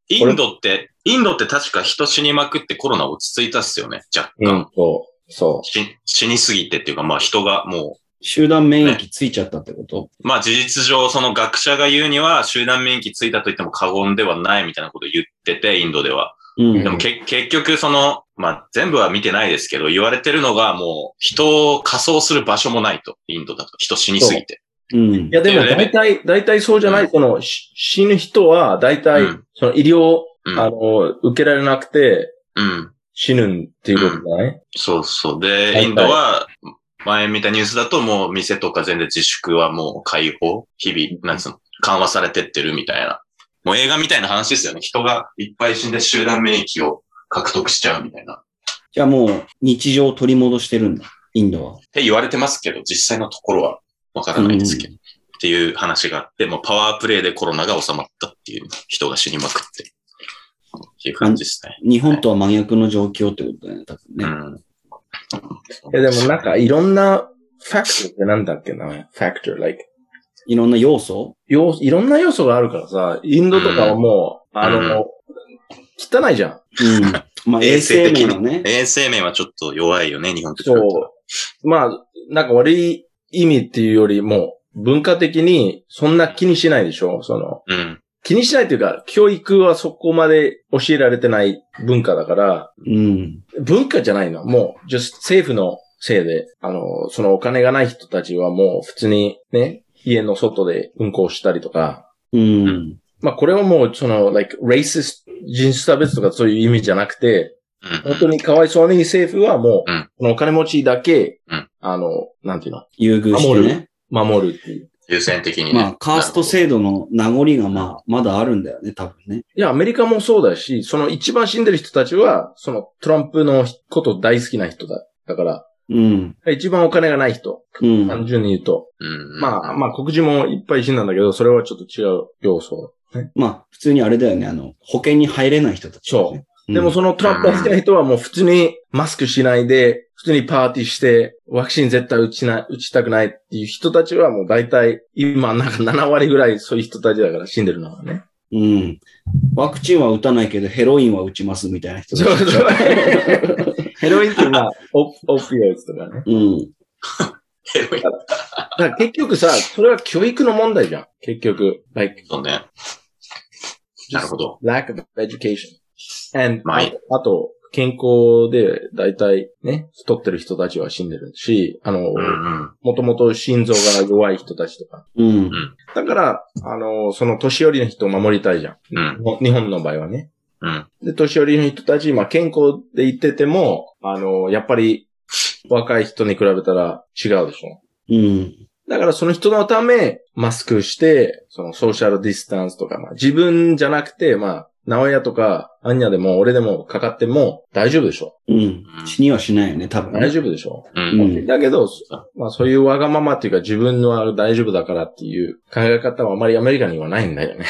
[SPEAKER 2] インドって、インドって確か人死にまくってコロナ落ち着いたっすよね。若干。。
[SPEAKER 3] そう。そ
[SPEAKER 2] し死にすぎてっていうか、まあ人がも
[SPEAKER 1] 集団免疫ついちゃったってこと
[SPEAKER 2] う、まあ事実上、その学者が言うには集団免疫ついたと言っても過言ではないみたいなことを言ってて、インドでは。
[SPEAKER 1] うん
[SPEAKER 2] でもけ結局、その、まあ全部は見てないですけど、言われてるのがもう人を仮装する場所もないと。インドだと。人死にすぎて。
[SPEAKER 1] う
[SPEAKER 3] う。
[SPEAKER 1] ん
[SPEAKER 3] い。や、でも
[SPEAKER 2] っていうレベ
[SPEAKER 3] 大体、大体そうじゃない。
[SPEAKER 2] う
[SPEAKER 3] その、し死ぬ人は、大体、
[SPEAKER 2] うん
[SPEAKER 3] その医療、
[SPEAKER 2] うん
[SPEAKER 3] あの、受けられなくて、
[SPEAKER 2] うん。
[SPEAKER 3] 死ぬっていうことじゃない、
[SPEAKER 2] そうそう。
[SPEAKER 3] は
[SPEAKER 2] で、
[SPEAKER 3] い
[SPEAKER 2] インドは、前見たニュースだともう店とか全然自粛はもう解放、日々、なんつうの、緩和されてってるみたいな。もう映画みたいな話ですよね。人がいっぱい死んで集団免疫を獲得しちゃうみたいな。っ
[SPEAKER 1] じゃあもう日常を取り戻してるんだ。インドは。
[SPEAKER 2] て言われてますけど、実際のところはわからないですけど。っていう話があって、もうパワープレイでコロナが収まったっていう、人が死にまくって。っていう感じですね。
[SPEAKER 1] 日本とは真逆の状況ってことだよね、多分
[SPEAKER 2] う
[SPEAKER 1] ね。
[SPEAKER 2] ん。
[SPEAKER 3] いや、でもなんか、いろんな、ファクトってなんだっけなファクト、like、
[SPEAKER 1] いろんな要素
[SPEAKER 3] 要いろんな要素があるからさ、インドとかはもう、あの、汚いじゃん。
[SPEAKER 1] うん。まあ衛生面のね。
[SPEAKER 2] 衛生面はちょっと弱いよね、日本と比べたら
[SPEAKER 3] そう。まあ、なんか悪い意味っていうよりも、文化的にそんな気にしないでしょその、
[SPEAKER 2] うん。
[SPEAKER 3] 気にしないというか、教育はそこまで教えられてない文化だから、
[SPEAKER 1] うん。
[SPEAKER 3] 文化じゃないの。もう、just 政府のせいで、あの、そのお金がない人たちはもう普通にね、家の外で運行したりとか、
[SPEAKER 1] うん。
[SPEAKER 3] まあこれはもうその、like, racist 人種差別とかそういう意味じゃなくて、
[SPEAKER 2] うん
[SPEAKER 3] 本当にかわいそうに政府はもう、
[SPEAKER 2] うん
[SPEAKER 3] このお金持ちだけ、
[SPEAKER 2] うん
[SPEAKER 3] あの、なんていうの、
[SPEAKER 1] 優遇してね。
[SPEAKER 3] 守るっていう。
[SPEAKER 2] 優先的にね。
[SPEAKER 1] まあ、カースト制度の名残がまあ、まだあるんだよね、多分ね。
[SPEAKER 3] いや、アメリカもそうだし、その一番死んでる人たちは、そのトランプのこと大好きな人だ。だから、
[SPEAKER 1] うん。
[SPEAKER 3] 一番お金がない人。
[SPEAKER 1] うん。
[SPEAKER 3] 単純に言うと。
[SPEAKER 2] なるほど。うん
[SPEAKER 3] まあ、まあ、黒人もいっぱい死んだんだけど、それはちょっと違う要素。
[SPEAKER 1] まあ、普通にあれだよね、あの、保険に入れない人たちだよね、
[SPEAKER 3] でも
[SPEAKER 1] そ
[SPEAKER 3] そのトランプ大好きな人はもう普通にマスクしないで、普通にパーティーして、ワクチン絶対打ちな、打ちたくないっていう人たちはもう大体、今なんか7割ぐらいそういう人たちだから死んでるのはね。
[SPEAKER 1] うん。ワクチンは打たないけど、ヘロインは打ちますみたいな人たち
[SPEAKER 3] そうそう。 ヘロインっていうのは、オオピオイズとかね。
[SPEAKER 1] うん。
[SPEAKER 2] ヘロイン
[SPEAKER 3] だから結局さ、それは教育の問題じゃん。結局。like,
[SPEAKER 2] そうね。なるほど。
[SPEAKER 3] lack of education. And,
[SPEAKER 2] まあ
[SPEAKER 3] あと、あと健康で、だいたいね、太ってる人たちは死んでるし、あの、
[SPEAKER 2] うんうん。
[SPEAKER 3] もともと心臓が弱い人たちとか。
[SPEAKER 1] うん。
[SPEAKER 3] だから、あの、その年寄りの人を守りたいじゃん。
[SPEAKER 2] うん。
[SPEAKER 3] ほ日本の場合はね。
[SPEAKER 2] うん。
[SPEAKER 3] で、年寄りの人たち、まあ、健康で言ってても、あの、やっぱり、若い人に比べたら違うでしょ。
[SPEAKER 1] うん。
[SPEAKER 3] だからその人のため、マスクして、そのソーシャルディスタンスとか、まあ自分じゃなくて、まあ、直屋とか、アンニャでも、俺でもかかっても大丈夫でしょ。
[SPEAKER 1] うん。死にはしないよね、多分
[SPEAKER 3] 大
[SPEAKER 1] ね。
[SPEAKER 3] 丈夫でしょ。
[SPEAKER 2] うん。
[SPEAKER 1] う
[SPEAKER 2] うん
[SPEAKER 1] ん。
[SPEAKER 3] だけど、そまあそういうわがままっていうか自分は大丈夫だからっていう考え方はあまりアメリカにはないんだよね。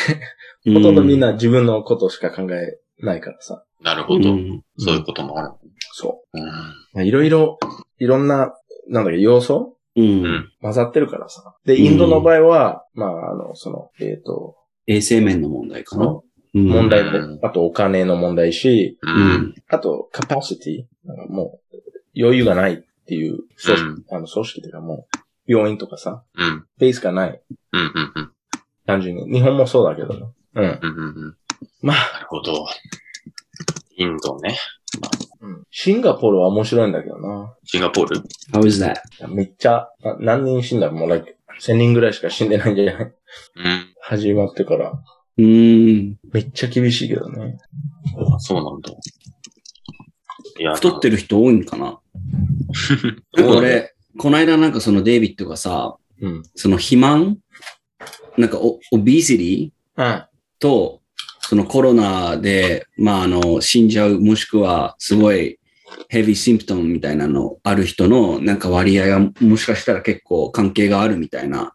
[SPEAKER 3] ほとんどみんな自分のことしか考えないからさ。
[SPEAKER 2] なるほ
[SPEAKER 1] う
[SPEAKER 2] ど。
[SPEAKER 1] ん。
[SPEAKER 2] そういうこともある。
[SPEAKER 3] そ
[SPEAKER 2] うん。
[SPEAKER 3] う。まあいろいろ、いろんな、なんだっけ、要素
[SPEAKER 1] うん。
[SPEAKER 3] 混ざってるからさ。で、インドの場合は、まあ、あの、その、えっ、と、
[SPEAKER 1] 衛生面の問題かな。うん
[SPEAKER 3] 問題
[SPEAKER 2] うん
[SPEAKER 3] も、あとお金の問題し、
[SPEAKER 2] う。
[SPEAKER 1] うんん。
[SPEAKER 3] あと、カパシティ、なんかもう、余裕がないっていう組織、
[SPEAKER 2] うん
[SPEAKER 3] あの組織というかもう、病院とかさ、
[SPEAKER 2] うん。
[SPEAKER 3] ベースがない、
[SPEAKER 2] うん。うん。うん。
[SPEAKER 3] 単純に。日本もそうだけどね。うん。
[SPEAKER 2] うん。うん。
[SPEAKER 3] まあ、
[SPEAKER 2] なるほど。インドね。
[SPEAKER 3] うんシンガポールは面白いんだけどな。
[SPEAKER 2] シンガポール
[SPEAKER 1] How is that?
[SPEAKER 3] めっちゃ、な何人死んだもう、like、1000人ぐらいしか死んでないんじゃない
[SPEAKER 2] うん。
[SPEAKER 3] 始まってから。
[SPEAKER 1] うーん。
[SPEAKER 3] めっちゃ厳しいけどね。
[SPEAKER 2] あそうなんだ。いや
[SPEAKER 1] 太ってる人多いんか な。なんか俺、この間なんかそのデイビッドがさ、
[SPEAKER 3] うん。
[SPEAKER 1] その肥満なんかオ、オビシティ
[SPEAKER 3] うん。
[SPEAKER 1] と、そのコロナで、まあ、あの、死んじゃう、もしくは、すごい、ヘビーシンプトムみたいなのある人の、なんか割合が、もしかしたら結構関係があるみたいな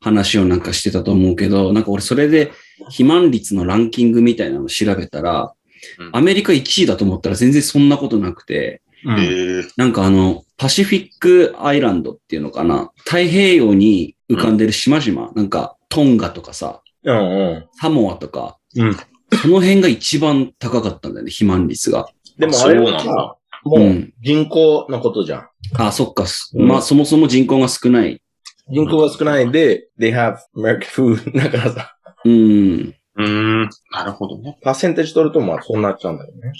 [SPEAKER 1] 話をなんかしてたと思うけど、なんか俺それで、肥満率のランキングみたいなのを調べたら
[SPEAKER 2] うん、
[SPEAKER 1] アメリカ1位だと思ったら全然そんなことなくて、
[SPEAKER 3] うん
[SPEAKER 2] え
[SPEAKER 1] なんかあの、パシフィックアイランドっていうのかな、太平洋に浮かんでる島々、なんかトンガとかさ、
[SPEAKER 3] うんうん。
[SPEAKER 1] サモアとか、
[SPEAKER 3] うん
[SPEAKER 1] その辺が一番高かったんだよね、肥満率が。
[SPEAKER 3] でもあ
[SPEAKER 2] そう
[SPEAKER 3] れ
[SPEAKER 2] なんだ
[SPEAKER 3] はさ、
[SPEAKER 1] う。
[SPEAKER 3] もうん人口のことじゃん。
[SPEAKER 1] あ、そっか。す
[SPEAKER 3] うん
[SPEAKER 1] まあ、そもそも人口が少ない。
[SPEAKER 3] 人口が少ないで、they have American food だからさ、
[SPEAKER 1] うん。
[SPEAKER 2] うーん。なるほどね。
[SPEAKER 3] パーセンテージ取るとまあそうなっちゃうんだよね。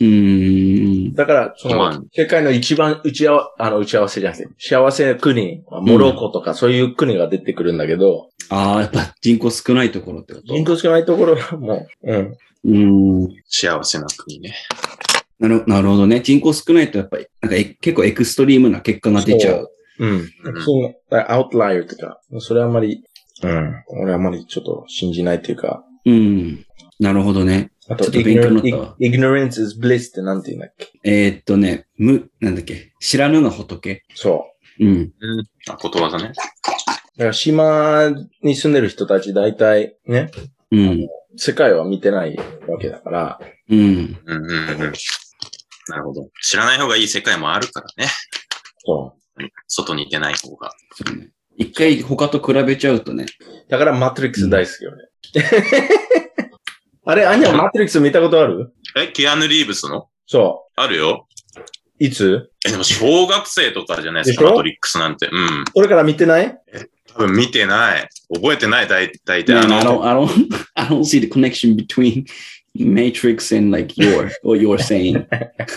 [SPEAKER 1] うん。
[SPEAKER 3] だから、そ
[SPEAKER 2] ま
[SPEAKER 3] の
[SPEAKER 2] あ、
[SPEAKER 3] 世界の一番打ち合わ、あの、打ち合わせじゃなくて、幸せ国、モロッコとかそういう国が出てくるんだけど、
[SPEAKER 1] ああ、やっぱ人口少ないところってこと。
[SPEAKER 3] 人口少ないところはもう、うん。
[SPEAKER 1] うん。
[SPEAKER 2] 幸せな国ね。
[SPEAKER 1] なるなるほどね。人口少ないとやっぱり、なんかえ結構エクストリームな結果が出ちゃう。
[SPEAKER 3] うん。
[SPEAKER 2] うん
[SPEAKER 3] そう、だからアウトライアーとか、それはあんまり、うん。俺はあんまりちょっと信じないというか、
[SPEAKER 1] うん。なるほどね。
[SPEAKER 3] あと、
[SPEAKER 1] ちょっと勉強になったわ
[SPEAKER 3] ignorant- ignorance is bliss ってなんて言うんだっけ
[SPEAKER 1] えーっとね、む、なんだっけ。知らぬが仏。
[SPEAKER 3] そう。
[SPEAKER 1] うん。
[SPEAKER 2] あ、ことわざね。
[SPEAKER 3] だから島に住んでる人たち大体ね、
[SPEAKER 1] うん。
[SPEAKER 3] 世界は見てないわけだから、
[SPEAKER 1] うん。
[SPEAKER 2] うんうんうん。なるほど。知らない方がいい世界もあるからね。
[SPEAKER 3] そ
[SPEAKER 2] 外に出ない方が。
[SPEAKER 1] そうね。一回他と比べちゃうとね。
[SPEAKER 3] う。だからマトリックス大好きよね。 あれ、アニャ、マトリックス見たことある
[SPEAKER 2] え、キアヌ・リーブスの
[SPEAKER 3] そ
[SPEAKER 2] あるよ。
[SPEAKER 3] う。いつ
[SPEAKER 2] え、でも小学生とかじゃないです
[SPEAKER 3] で
[SPEAKER 2] か、
[SPEAKER 3] しょ
[SPEAKER 2] マトリックスなんて。うん。
[SPEAKER 3] 俺から見てない
[SPEAKER 2] 多分見てない。覚えてない、大大体。
[SPEAKER 1] No,
[SPEAKER 2] あ
[SPEAKER 1] no, I
[SPEAKER 2] の、
[SPEAKER 1] don't, I don't, I don't see the connection between Matrix and like your, what you're saying.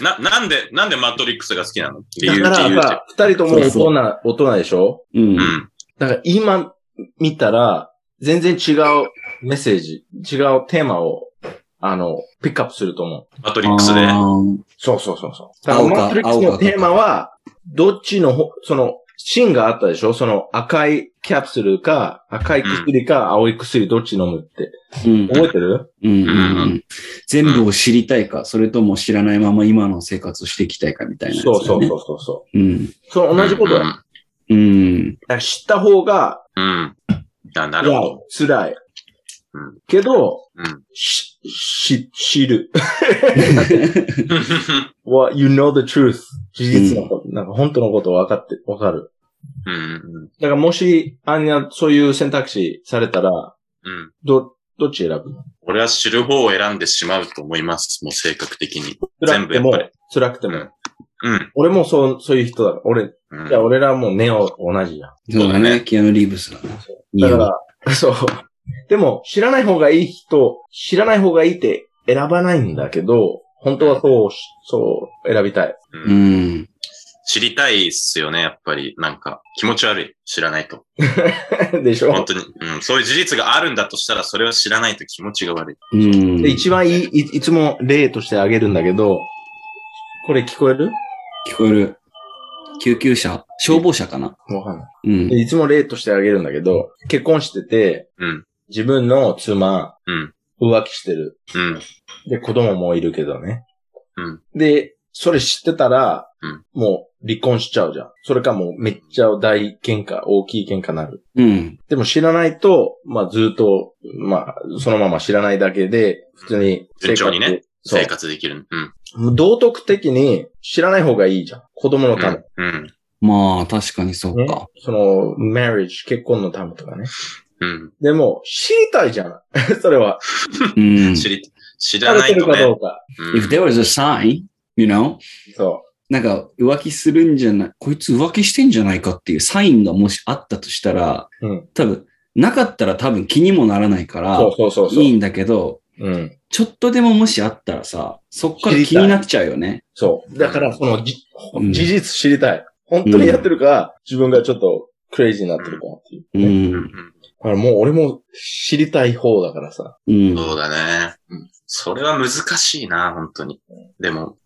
[SPEAKER 2] な、なんで、なんでマトリックスが好きなのっていう、
[SPEAKER 3] だ
[SPEAKER 2] 理
[SPEAKER 3] か
[SPEAKER 2] 由
[SPEAKER 3] ら
[SPEAKER 2] って。
[SPEAKER 3] さ、二人とも大
[SPEAKER 1] そう
[SPEAKER 3] 人、大人でしょ
[SPEAKER 1] うん
[SPEAKER 2] う。ん。
[SPEAKER 3] だから今見たら、全然違うメッセージ、違うテーマを、あの、ピックアップすると思う。
[SPEAKER 2] マトリックスで。
[SPEAKER 1] あー
[SPEAKER 3] そうそうそうそう。だからマトリックス
[SPEAKER 1] 青か
[SPEAKER 3] のテーマは、どっちのほ、その、芯があったでしょその赤いキャプスルか、赤い薬か、青い薬どっち飲むって。
[SPEAKER 1] うん
[SPEAKER 3] 覚えてる
[SPEAKER 1] うんうんう
[SPEAKER 2] うん
[SPEAKER 1] 全部を知りたいか、それとも知らないまま今の生活をしていきたいかみたいなやつだ
[SPEAKER 3] そ
[SPEAKER 1] ね、。
[SPEAKER 3] うそうそうそうそう
[SPEAKER 1] ん。
[SPEAKER 3] う。そう、同じことだ。だか
[SPEAKER 1] うん。
[SPEAKER 3] ら知った方が、
[SPEAKER 2] うん。うん。あなるほ ど。
[SPEAKER 3] 辛い
[SPEAKER 2] うん。
[SPEAKER 3] けど、
[SPEAKER 2] うん。
[SPEAKER 3] し、し、知る。は、you know the truth. 事実のこと、なんか本当のこと分かって、分かる。
[SPEAKER 2] うん。
[SPEAKER 3] だからもし、あんな、そういう選択肢されたら、
[SPEAKER 2] うん。
[SPEAKER 3] ど、どっち選ぶ
[SPEAKER 2] 俺は知る方を選んでしまうと思います。もう性格的に。全
[SPEAKER 3] 辛く
[SPEAKER 2] 部
[SPEAKER 3] て
[SPEAKER 2] やっ
[SPEAKER 3] も
[SPEAKER 2] ぱり。、
[SPEAKER 3] 辛くても。
[SPEAKER 2] うんうん。
[SPEAKER 3] 俺もそう、そういう人だから。俺、
[SPEAKER 2] うん
[SPEAKER 3] いや、俺らもネオと同じじゃん。
[SPEAKER 1] そうだ
[SPEAKER 2] そうだ
[SPEAKER 1] ね。
[SPEAKER 2] ね
[SPEAKER 1] キアヌ・リーブスだな。
[SPEAKER 3] だから、 そう。でも、知らない方がいい人、知らない方がいいって選ばないんだけど、本当はそうし、そう、選びたい。
[SPEAKER 2] う
[SPEAKER 1] うんん。
[SPEAKER 2] 知りたいっすよね、やっぱり。なんか、気持ち悪い。知らないと。
[SPEAKER 3] でし
[SPEAKER 2] 本
[SPEAKER 3] ょ
[SPEAKER 2] 当に。うん。そういう事実があるんだとしたら、それを知らないと気持ちが悪い。
[SPEAKER 1] うん。
[SPEAKER 3] で、
[SPEAKER 1] 聞
[SPEAKER 3] 一番いい、いいつも例としてあげるんだけど、これ聞こえる
[SPEAKER 1] こえる。救急車消防車かな
[SPEAKER 3] わかんない。
[SPEAKER 1] うん。
[SPEAKER 3] でいつも例としてあげるんだけど、結婚してて、
[SPEAKER 2] うん。
[SPEAKER 3] 自分の妻、
[SPEAKER 2] うん。
[SPEAKER 3] 浮気してる。
[SPEAKER 2] うん。
[SPEAKER 3] で、子供もいるけどね。
[SPEAKER 2] うん
[SPEAKER 3] で、それ知ってたら、
[SPEAKER 2] うん
[SPEAKER 3] もう離婚しちゃうじゃん。それかもうめっちゃ大喧嘩、大きい喧嘩なる。
[SPEAKER 1] うん。
[SPEAKER 3] でも知らないと、まあずっと、まあそのまま知らないだけで、普通に生
[SPEAKER 2] 順
[SPEAKER 3] 活。
[SPEAKER 2] 調にね。
[SPEAKER 3] そう
[SPEAKER 2] 生。活できる。うん。
[SPEAKER 3] もう道徳的に知らない方がいいじゃん。子供の
[SPEAKER 2] う
[SPEAKER 3] ため。
[SPEAKER 2] ん。うん。
[SPEAKER 1] まあ、確かにそう
[SPEAKER 3] ね
[SPEAKER 1] か。
[SPEAKER 3] その、marriage、結婚のためとかね。
[SPEAKER 2] うん。
[SPEAKER 3] でも、知りたいじゃん。 それは。
[SPEAKER 1] うん。
[SPEAKER 2] 知り、知
[SPEAKER 3] さ
[SPEAKER 2] ら
[SPEAKER 3] れ
[SPEAKER 2] な
[SPEAKER 3] て
[SPEAKER 2] い
[SPEAKER 3] る
[SPEAKER 2] と
[SPEAKER 3] かど
[SPEAKER 2] ね。
[SPEAKER 3] うか。
[SPEAKER 2] う
[SPEAKER 1] If
[SPEAKER 2] ん
[SPEAKER 1] there was a sign, you know,
[SPEAKER 3] そ
[SPEAKER 1] なんか浮気するんじゃない、こいつ浮気してんじゃないかっていうサインがもしあったとしたら、
[SPEAKER 3] うん
[SPEAKER 1] 多分、なかったら多分気にもならないから、
[SPEAKER 3] う。そうそうそうそう。
[SPEAKER 1] いいんだけど、
[SPEAKER 3] うん。
[SPEAKER 1] ちょっとでももしあったらさ、そっから
[SPEAKER 3] 知りたい
[SPEAKER 1] 気になっちゃうよね。
[SPEAKER 3] そう。だから、そのじ、
[SPEAKER 1] うん
[SPEAKER 3] 事実知りたい。本当にやってるか、自分がちょっとクレイジーになってるかっていう
[SPEAKER 1] う。
[SPEAKER 3] ね。
[SPEAKER 2] うんん
[SPEAKER 3] だからもう俺も知りたい方だからさ。
[SPEAKER 1] うん。
[SPEAKER 2] そうだね。それは難しいな、本当に。でも、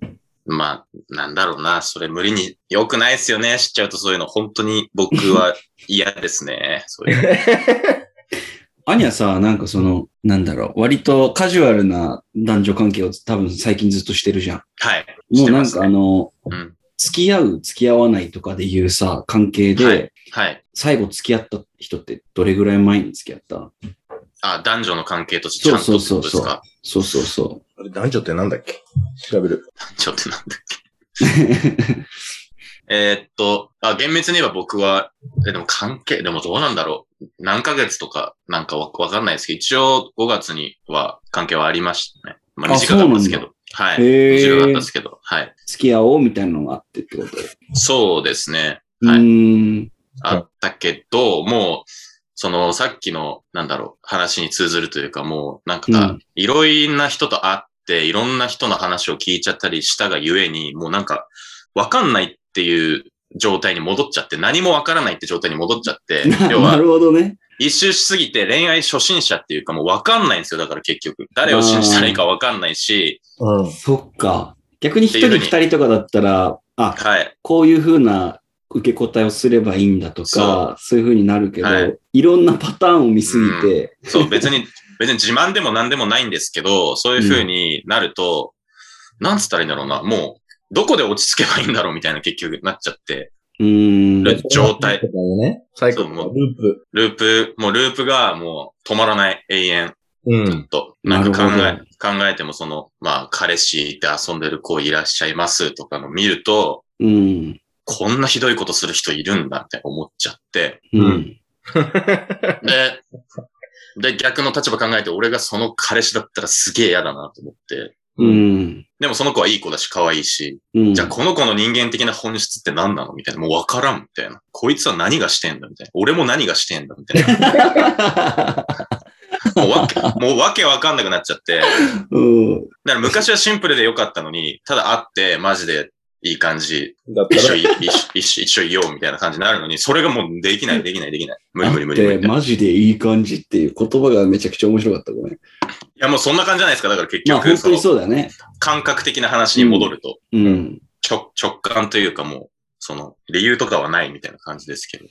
[SPEAKER 2] まあ、なんだろうな、それ無理に良くないですよね、知っちゃうとそういうの。本当に僕は嫌ですね、そういうの。
[SPEAKER 1] アニャさ、なんかその、なんだろう、割とカジュアルな男女関係を多分最近ずっとしてるじゃん。
[SPEAKER 2] はい。
[SPEAKER 1] もう
[SPEAKER 2] して
[SPEAKER 1] な
[SPEAKER 2] ま
[SPEAKER 1] ん
[SPEAKER 2] す
[SPEAKER 1] か
[SPEAKER 2] ね
[SPEAKER 1] あの、
[SPEAKER 2] うん。
[SPEAKER 1] 付き合う、付き合わないとかでいうさ、関係で、
[SPEAKER 2] はい。はい。
[SPEAKER 1] 最後付き合った人ってどれぐらい前に付き合った
[SPEAKER 2] あ、男女の関係としてちゃんとってことですか
[SPEAKER 1] そうそうそ
[SPEAKER 3] あれ男女ってなんだっけ調べる。
[SPEAKER 2] 男女ってなんだっけ
[SPEAKER 1] う。
[SPEAKER 2] えーっと、あ、厳密に言えば僕は、えでも関係、でもどうなんだろう。何ヶ月とかなんかわわかんないですけど、一応5月には関係はありましたね。まあ
[SPEAKER 1] あ
[SPEAKER 2] 短かったですけど。はい。
[SPEAKER 1] へー
[SPEAKER 2] 短かったですけど。はい。
[SPEAKER 1] 付き合おうみたいなのがあってってこと。
[SPEAKER 2] そうですね。はいう
[SPEAKER 1] ーん。
[SPEAKER 2] あったけど、もう、そのさっきの、なんだろう、話に通ずるというか、もう、なん
[SPEAKER 1] う
[SPEAKER 2] か
[SPEAKER 1] ん、
[SPEAKER 2] いろんな人と会って、いろんな人の話を聞いちゃったりしたがゆえに、もうなんか、わかんないっていう状態に戻っちゃって、何もわからないって状態に戻っちゃって、要
[SPEAKER 1] な
[SPEAKER 2] は
[SPEAKER 1] る、ほどね。
[SPEAKER 2] 一周しすぎて恋愛初心者っていうか、もうわかんないんですよ。だから結局、誰を信じたらいいかわかんないし、
[SPEAKER 3] うん。
[SPEAKER 1] そっか。逆に一人
[SPEAKER 2] ってい
[SPEAKER 1] 二
[SPEAKER 2] うふうに
[SPEAKER 1] 人とかだったら、あ、
[SPEAKER 2] はい。
[SPEAKER 1] こういうふうな受け答えをすればいいんだと
[SPEAKER 2] そ
[SPEAKER 1] か、そういうふうになるけど、
[SPEAKER 2] はいい、
[SPEAKER 1] ろんなパターンを見すぎて、
[SPEAKER 2] そう、別に、別に自慢でも何でもないんですけど、そういう風になると、なんつったらいいんだろうな、もう、どこで落ち着けばいいんだろうみたいな結局なっちゃって、
[SPEAKER 1] うーん、
[SPEAKER 2] ル状態
[SPEAKER 3] サイコパスね。サイコパ
[SPEAKER 2] そう
[SPEAKER 3] ス
[SPEAKER 2] もう
[SPEAKER 3] ループ。
[SPEAKER 2] ループ、もうループがもう止まらない永遠
[SPEAKER 3] うん。
[SPEAKER 2] と、
[SPEAKER 1] な
[SPEAKER 2] なん
[SPEAKER 1] る
[SPEAKER 2] か考え
[SPEAKER 1] ほ、
[SPEAKER 2] 考えてもその、まあ、彼氏で遊んでる子いらっしゃいますとかの見ると、
[SPEAKER 1] ど。うん。
[SPEAKER 2] こんなひどいことする人いるんだって思っちゃって、
[SPEAKER 1] う。
[SPEAKER 3] うん
[SPEAKER 2] で、で、逆の立場考えて、俺がその彼氏だったらすげえ嫌だなと思って、
[SPEAKER 1] う。ん。
[SPEAKER 2] でもその子はいい子だし可愛いし、
[SPEAKER 1] うん。
[SPEAKER 2] じゃあこの子の人間的な本質って何なのみたいな。もうわからんみたいな。こいつは何がしてんだみたいな。俺も何がしてんだみたい な。もうわけ、もうわけわかんなくなっちゃって。だか
[SPEAKER 1] うん。
[SPEAKER 2] ら昔はシンプルでよかったのに、ただ会ってマジでいい感じ、
[SPEAKER 3] だっ
[SPEAKER 2] 一
[SPEAKER 3] た
[SPEAKER 2] 緒
[SPEAKER 3] ら、
[SPEAKER 2] い、一緒一緒、一緒いようみたいな感じになるのに、それがもうできない、できない、できない。無理無理無理無理
[SPEAKER 1] だ
[SPEAKER 2] み
[SPEAKER 1] ったて
[SPEAKER 2] いな。い
[SPEAKER 1] マジでいい感じっていう言葉がめちゃくちゃ面白かった、ごめん。
[SPEAKER 2] やもうそんな感じじゃないですか。だから結
[SPEAKER 1] まあ
[SPEAKER 2] 局、
[SPEAKER 1] 本
[SPEAKER 2] そ
[SPEAKER 1] 当に
[SPEAKER 2] の
[SPEAKER 1] そうだね。
[SPEAKER 2] 感覚的な話に戻ると、
[SPEAKER 1] うん。
[SPEAKER 2] 直直感というかもう、その理由とかはないみたいな感じですけど。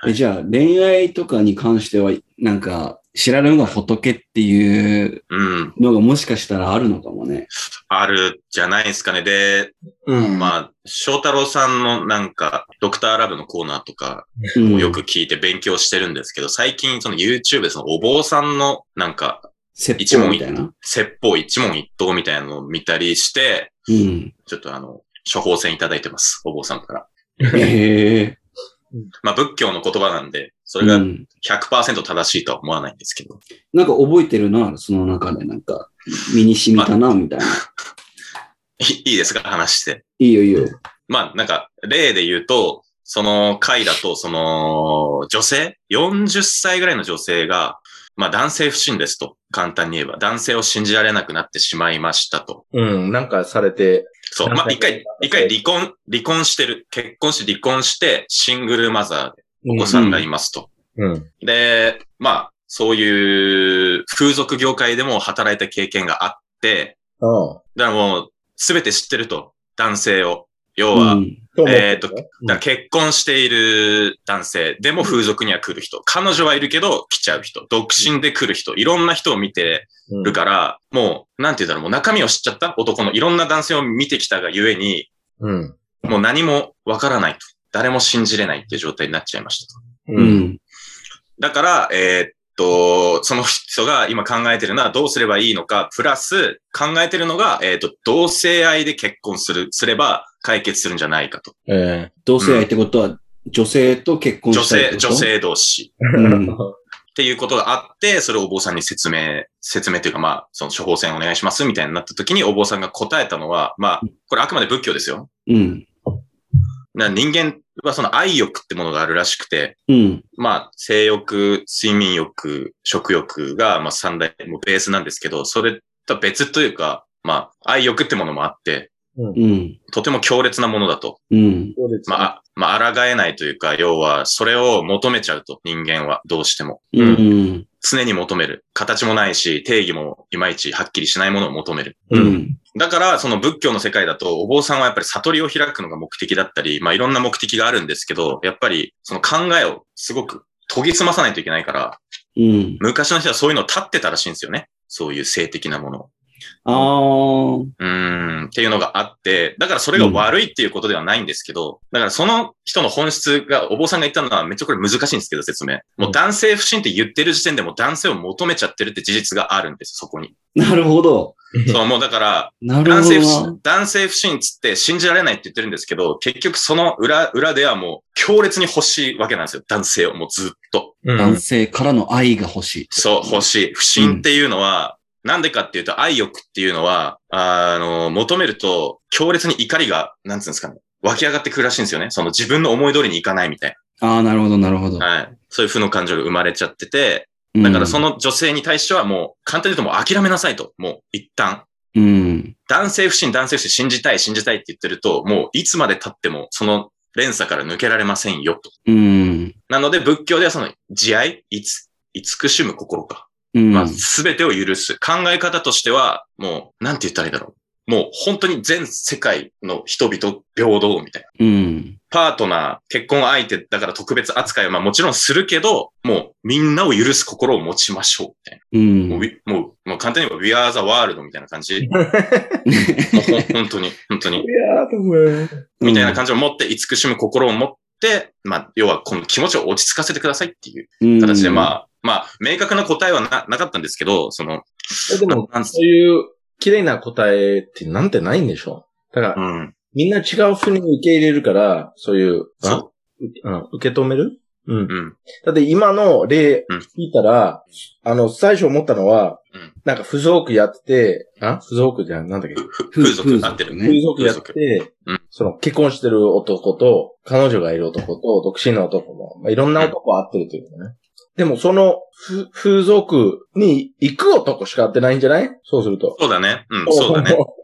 [SPEAKER 2] はい
[SPEAKER 1] えじゃあ恋愛とかに関しては、なんか、知られるのが仏っていう
[SPEAKER 2] うん。
[SPEAKER 1] のがもしかしたらあるのかもね。
[SPEAKER 2] あるじゃないですかね。で、
[SPEAKER 3] うん。
[SPEAKER 2] まあ、翔太郎さんのなんか、ドクターラブのコーナーとか
[SPEAKER 1] うん
[SPEAKER 2] をよく聞いて勉強してるんですけど、最近その YouTube でそのお坊さんのなんか、
[SPEAKER 1] 説法みたいな。
[SPEAKER 2] 説法一問一答みたいなのを見たりして、
[SPEAKER 1] うん。
[SPEAKER 2] ちょっとあの、処方箋いただいてます、お坊さんから。
[SPEAKER 1] へえ。
[SPEAKER 2] まあ、仏教の言葉なんで、それ
[SPEAKER 1] う
[SPEAKER 2] が
[SPEAKER 1] ん
[SPEAKER 2] 100%正しいとは思わないんですけど。
[SPEAKER 1] なんか覚えてるな、その中でなんか、身に染みたな、みたいな。
[SPEAKER 2] いいいですか話して。
[SPEAKER 1] いいよいいよ。
[SPEAKER 2] まあ、なんか、例で言うと、その回だと、その、女性 ?40 歳ぐらいの女性が、まあ男性不信ですと、簡単に言えば。男性を信じられなくなってしまいましたと。
[SPEAKER 3] うん。なんかされて、
[SPEAKER 2] そう。まあ一回、一回離婚、離婚してる。結婚して離婚して、シングルマザーで
[SPEAKER 3] お
[SPEAKER 2] お子さんがいますと。
[SPEAKER 3] うん。
[SPEAKER 2] で、まあ、そういう風俗業界でも働いた経験があって、
[SPEAKER 3] ああ。
[SPEAKER 2] だからもう、すべて知ってると。男性を。要は、
[SPEAKER 1] うん
[SPEAKER 2] えーとだ
[SPEAKER 3] う
[SPEAKER 2] から結婚している男性でも風俗には来る人。彼女はいるけど来ちゃう人。独身で来る人。いろんな人を見て
[SPEAKER 3] ん
[SPEAKER 2] るから、もう、なんて言うんだろう、もう中身を知っちゃった男のいろんな男性を見てきたがゆえに、
[SPEAKER 3] うん。
[SPEAKER 2] もう何もわからないと。誰も信じれないっていう状態になっちゃいましたと。
[SPEAKER 1] う
[SPEAKER 3] うん。
[SPEAKER 1] ん。
[SPEAKER 2] だから、えーっと、その人が今考えてるのはどうすればいいのか、プラス考えてるのが、えーっと、同性愛で結婚する、すれば解決するんじゃないかと。
[SPEAKER 3] え
[SPEAKER 1] 同性愛ってことは、女性と結婚
[SPEAKER 2] 女
[SPEAKER 1] したいっ
[SPEAKER 2] 性、
[SPEAKER 1] てこと
[SPEAKER 2] 女。性同士。
[SPEAKER 1] うん
[SPEAKER 2] っていうことがあって、それをお坊さんに説明、説明というかまあ、その処方箋お願いしますみたいになった時にお坊さんが答えたのは、まあ、これあくまで仏教ですよ。
[SPEAKER 1] うん。
[SPEAKER 2] な人間はその愛欲ってものがあるらしくて、
[SPEAKER 1] うん。
[SPEAKER 2] まあ、性欲、睡眠欲、食欲が、まあ、三大、もうベースなんですけど、それとは別というか、まあ、愛欲ってものもあって、
[SPEAKER 1] うん。
[SPEAKER 2] とても強烈なものだと。
[SPEAKER 1] うん。
[SPEAKER 3] え。
[SPEAKER 2] ま
[SPEAKER 3] あ、
[SPEAKER 2] あ、まあ、抗えないというか、要は、それを求めちゃうと、人間は、どうしても。
[SPEAKER 1] う
[SPEAKER 3] うん
[SPEAKER 1] ん。
[SPEAKER 2] 常に求める。形もないし、定義もいまいちはっきりしないものを求める。
[SPEAKER 1] う。
[SPEAKER 3] うん
[SPEAKER 2] だから、その仏教の世界だと、お坊さんはやっぱり悟りを開くのが目的だったり、まあいろんな目的があるんですけど、やっぱりその考えをすごく研ぎ澄まさないといけないから、
[SPEAKER 1] うん。
[SPEAKER 2] 昔の人はそういうのを立ってたらしいんですよね。そういう性的なものを。
[SPEAKER 1] ああ、
[SPEAKER 2] うーん、っていうのがあって、だからそれが悪いっていうことではないんですけど、だからその人の本質が、お坊さんが言ったのはめっちゃこれ難しいんですけど、説明。もう男性不信って言ってる時点でもう男性を求めちゃってるって事実があるんです、そこに。
[SPEAKER 1] なるほど。
[SPEAKER 2] そう、もうだから、
[SPEAKER 1] なる
[SPEAKER 2] 男
[SPEAKER 1] ほ
[SPEAKER 2] 性不
[SPEAKER 1] どな
[SPEAKER 2] 信、。男性不信つって信じられないって言ってるんですけど、結局その裏、裏ではもう強烈に欲しいわけなんですよ、男性をもうずっと。
[SPEAKER 3] うん
[SPEAKER 1] 男性からの愛が欲しい。
[SPEAKER 2] そう、欲しい。不信っていうのは、なんでかっていうと、愛欲っていうのは、あの、求めると、強烈に怒りが、なんつうんですかね、湧き上がってくるらしいんですよね。その自分の思い通りにいかないみたい
[SPEAKER 1] ああ、なるほど、なるほど
[SPEAKER 2] な。。はい。そういう負の感情が生まれちゃってて、
[SPEAKER 1] うん
[SPEAKER 2] だからそ、の女性に対してはもう、簡単に言うともう諦めなさいと。もう、一旦。
[SPEAKER 1] うん。
[SPEAKER 2] 男性不信、男性不信、信じたい、信じたいって言ってると、もう、いつまで経っても、その連鎖から抜けられませんよ、と。
[SPEAKER 1] うん。
[SPEAKER 2] なので、仏教ではその、慈愛、いつ、慈しむ心か。
[SPEAKER 1] うん。
[SPEAKER 2] まあ、すべてを許す。考え方としては、もう、なんて言ったらいいだろう。もう、本当に全世界の人々、平等みたいな。
[SPEAKER 1] うん。
[SPEAKER 2] パートナー、結婚相手だから特別扱いは、まあもちろんするけど、もう、みんなを許す心を持ちましょう、みたい
[SPEAKER 1] うん
[SPEAKER 2] な。も う、we- もう、もう簡単に言えば、We are the world みたいな感じ。もうほん 本当に、本当に。
[SPEAKER 3] やー、多
[SPEAKER 2] みたいな感じを持って、慈しむ心を持って、まあ、要はこの気持ちを落ち着かせてくださいっていう
[SPEAKER 1] じ
[SPEAKER 2] 形で、まあ、まあ、明確な答えはな、なかったんですけど、その、
[SPEAKER 3] 分。で
[SPEAKER 2] な
[SPEAKER 3] も、
[SPEAKER 2] なんつ
[SPEAKER 3] そういう綺麗な答えってなんてないんでしょだから、
[SPEAKER 2] うん。
[SPEAKER 3] みんな違う風に受け入れるから、そういう、
[SPEAKER 2] そう
[SPEAKER 3] うん、受け止めるうん。
[SPEAKER 2] うん。
[SPEAKER 3] だって今の例
[SPEAKER 2] うん
[SPEAKER 3] 聞いたら、あの、最初思ったのは、
[SPEAKER 2] うん
[SPEAKER 3] なんか風俗やってて、あ不俗じゃん、なんだっけ
[SPEAKER 2] ふ風俗合ってる。
[SPEAKER 1] ね
[SPEAKER 3] 風俗やってて、
[SPEAKER 2] うん
[SPEAKER 3] その結婚してる男と、彼女がいる男と、独身の男も、まあ、いろんな男が合ってるというかね。でもそのふ風俗に行く男しか合ってないんじゃないそうすると。
[SPEAKER 2] そうだね。うん、そうだね。
[SPEAKER 3] こ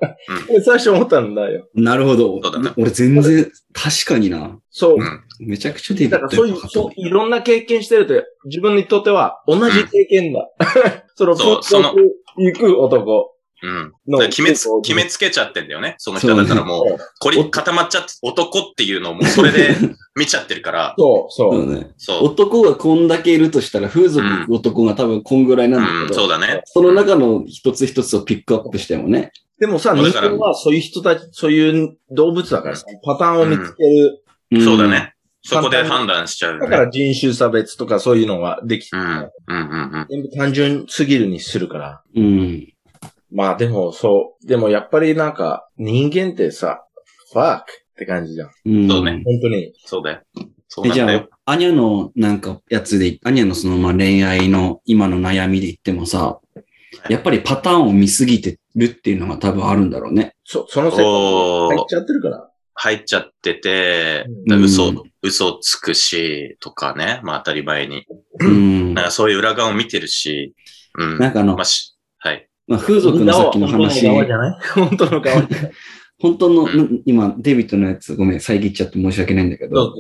[SPEAKER 3] れ最初思ったんだよ。
[SPEAKER 1] なるほど
[SPEAKER 2] そうだな。
[SPEAKER 1] 俺全然、確かにな。
[SPEAKER 3] そう
[SPEAKER 2] う。
[SPEAKER 1] めちゃくちゃで
[SPEAKER 3] だからそういう、そう、いろんな経験してると、自分にとっては同じ経験だ。 その、
[SPEAKER 2] そうその
[SPEAKER 3] 風俗行く男
[SPEAKER 2] うん。だ
[SPEAKER 3] の。
[SPEAKER 2] から決めつ
[SPEAKER 3] そう、
[SPEAKER 2] 決めつけちゃってんだよね。その人だからもう
[SPEAKER 3] そう、
[SPEAKER 2] 凝り固まっちゃって、男っていうのをもうそれで見ちゃってるから、
[SPEAKER 3] そう、
[SPEAKER 1] そ
[SPEAKER 3] そう。
[SPEAKER 1] うね。
[SPEAKER 2] そ。
[SPEAKER 1] 男がこんだけいるとしたら、風俗行く男が多分こんぐらいうなんだ
[SPEAKER 2] うん、
[SPEAKER 1] けど、
[SPEAKER 2] そうだね。
[SPEAKER 1] その中の一つ一つをピックアップしてもね。
[SPEAKER 3] でもさ、
[SPEAKER 2] そう
[SPEAKER 3] 人
[SPEAKER 2] だから
[SPEAKER 3] 間はそういう人たち、そういう動物だからさ、パターンを見つける。
[SPEAKER 1] ん
[SPEAKER 2] そうだ。ね。そこで判断しちゃうよ
[SPEAKER 3] だか
[SPEAKER 2] ね。
[SPEAKER 3] ら人種差別とかそういうのはでき、
[SPEAKER 2] うん、うん、うん、うん。
[SPEAKER 3] 全部単純すぎるにするから。
[SPEAKER 1] うん。
[SPEAKER 3] まあでもそう、でもやっぱりなんか、人間ってさ、ファックって感じじゃん。
[SPEAKER 1] うん
[SPEAKER 2] そうね。
[SPEAKER 3] 本当に。
[SPEAKER 2] そうだよ。そう
[SPEAKER 1] え
[SPEAKER 2] なん
[SPEAKER 1] じゃ
[SPEAKER 2] だ
[SPEAKER 1] あ
[SPEAKER 2] よ。、
[SPEAKER 1] アニャのなんかやつで、アニャのそのまあ恋愛の今の悩みで言ってもさ、やっぱりパターンを見すぎてるっていうのが多分あるんだろうね。
[SPEAKER 3] そ、その世界に
[SPEAKER 2] お
[SPEAKER 3] 入っ
[SPEAKER 2] ー、
[SPEAKER 3] ちゃってるから。
[SPEAKER 2] 入っちゃってて、
[SPEAKER 3] うん
[SPEAKER 2] だから嘘
[SPEAKER 1] うん、
[SPEAKER 2] 嘘をつくし、とかね。まあ当たり前に。
[SPEAKER 1] うん。
[SPEAKER 2] なん
[SPEAKER 1] な
[SPEAKER 2] かそういう裏側を見てるし、うん。
[SPEAKER 1] んかあの
[SPEAKER 2] まあ、、し、はい。
[SPEAKER 1] まあ、風俗のさっきの話、
[SPEAKER 3] 本当の側じゃない本当の側じゃない。
[SPEAKER 1] 本当の、
[SPEAKER 2] う
[SPEAKER 1] な今、デイビッドのやつ、ごめん、遮っちゃって申し訳ないんだけ
[SPEAKER 3] そ
[SPEAKER 1] ど、
[SPEAKER 3] う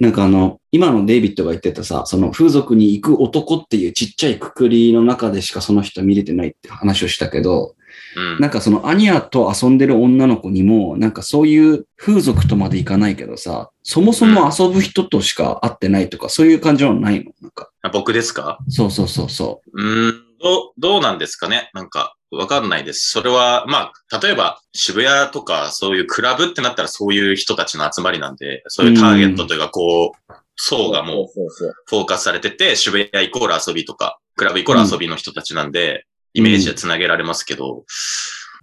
[SPEAKER 1] なんかあの、今のデイビッドが言ってたさ、その風俗に行く男っていうちっちゃいくくりの中でしかその人見れてないって話をしたけど、
[SPEAKER 2] うん
[SPEAKER 1] なんかそのアニアと遊んでる女の子にも、なんかそういう風俗とまでいかないけどさ、そもそも遊ぶ人としか会ってないとか、そういう感じはないのなんか。
[SPEAKER 2] あ僕ですか
[SPEAKER 1] そうそうそうそう
[SPEAKER 2] ーん、どう、どうなんですかねなんか、わかんないです。それは、まあ、例えば渋谷とかそういうクラブってなったらそういう人たちの集まりなんで、そういうターゲットというか、こう、層がもう
[SPEAKER 3] そうそう
[SPEAKER 2] フォーカスされてて、渋谷イコール遊びとか、クラブイコール遊びの人たちなんで、イメージで繋げられますけど、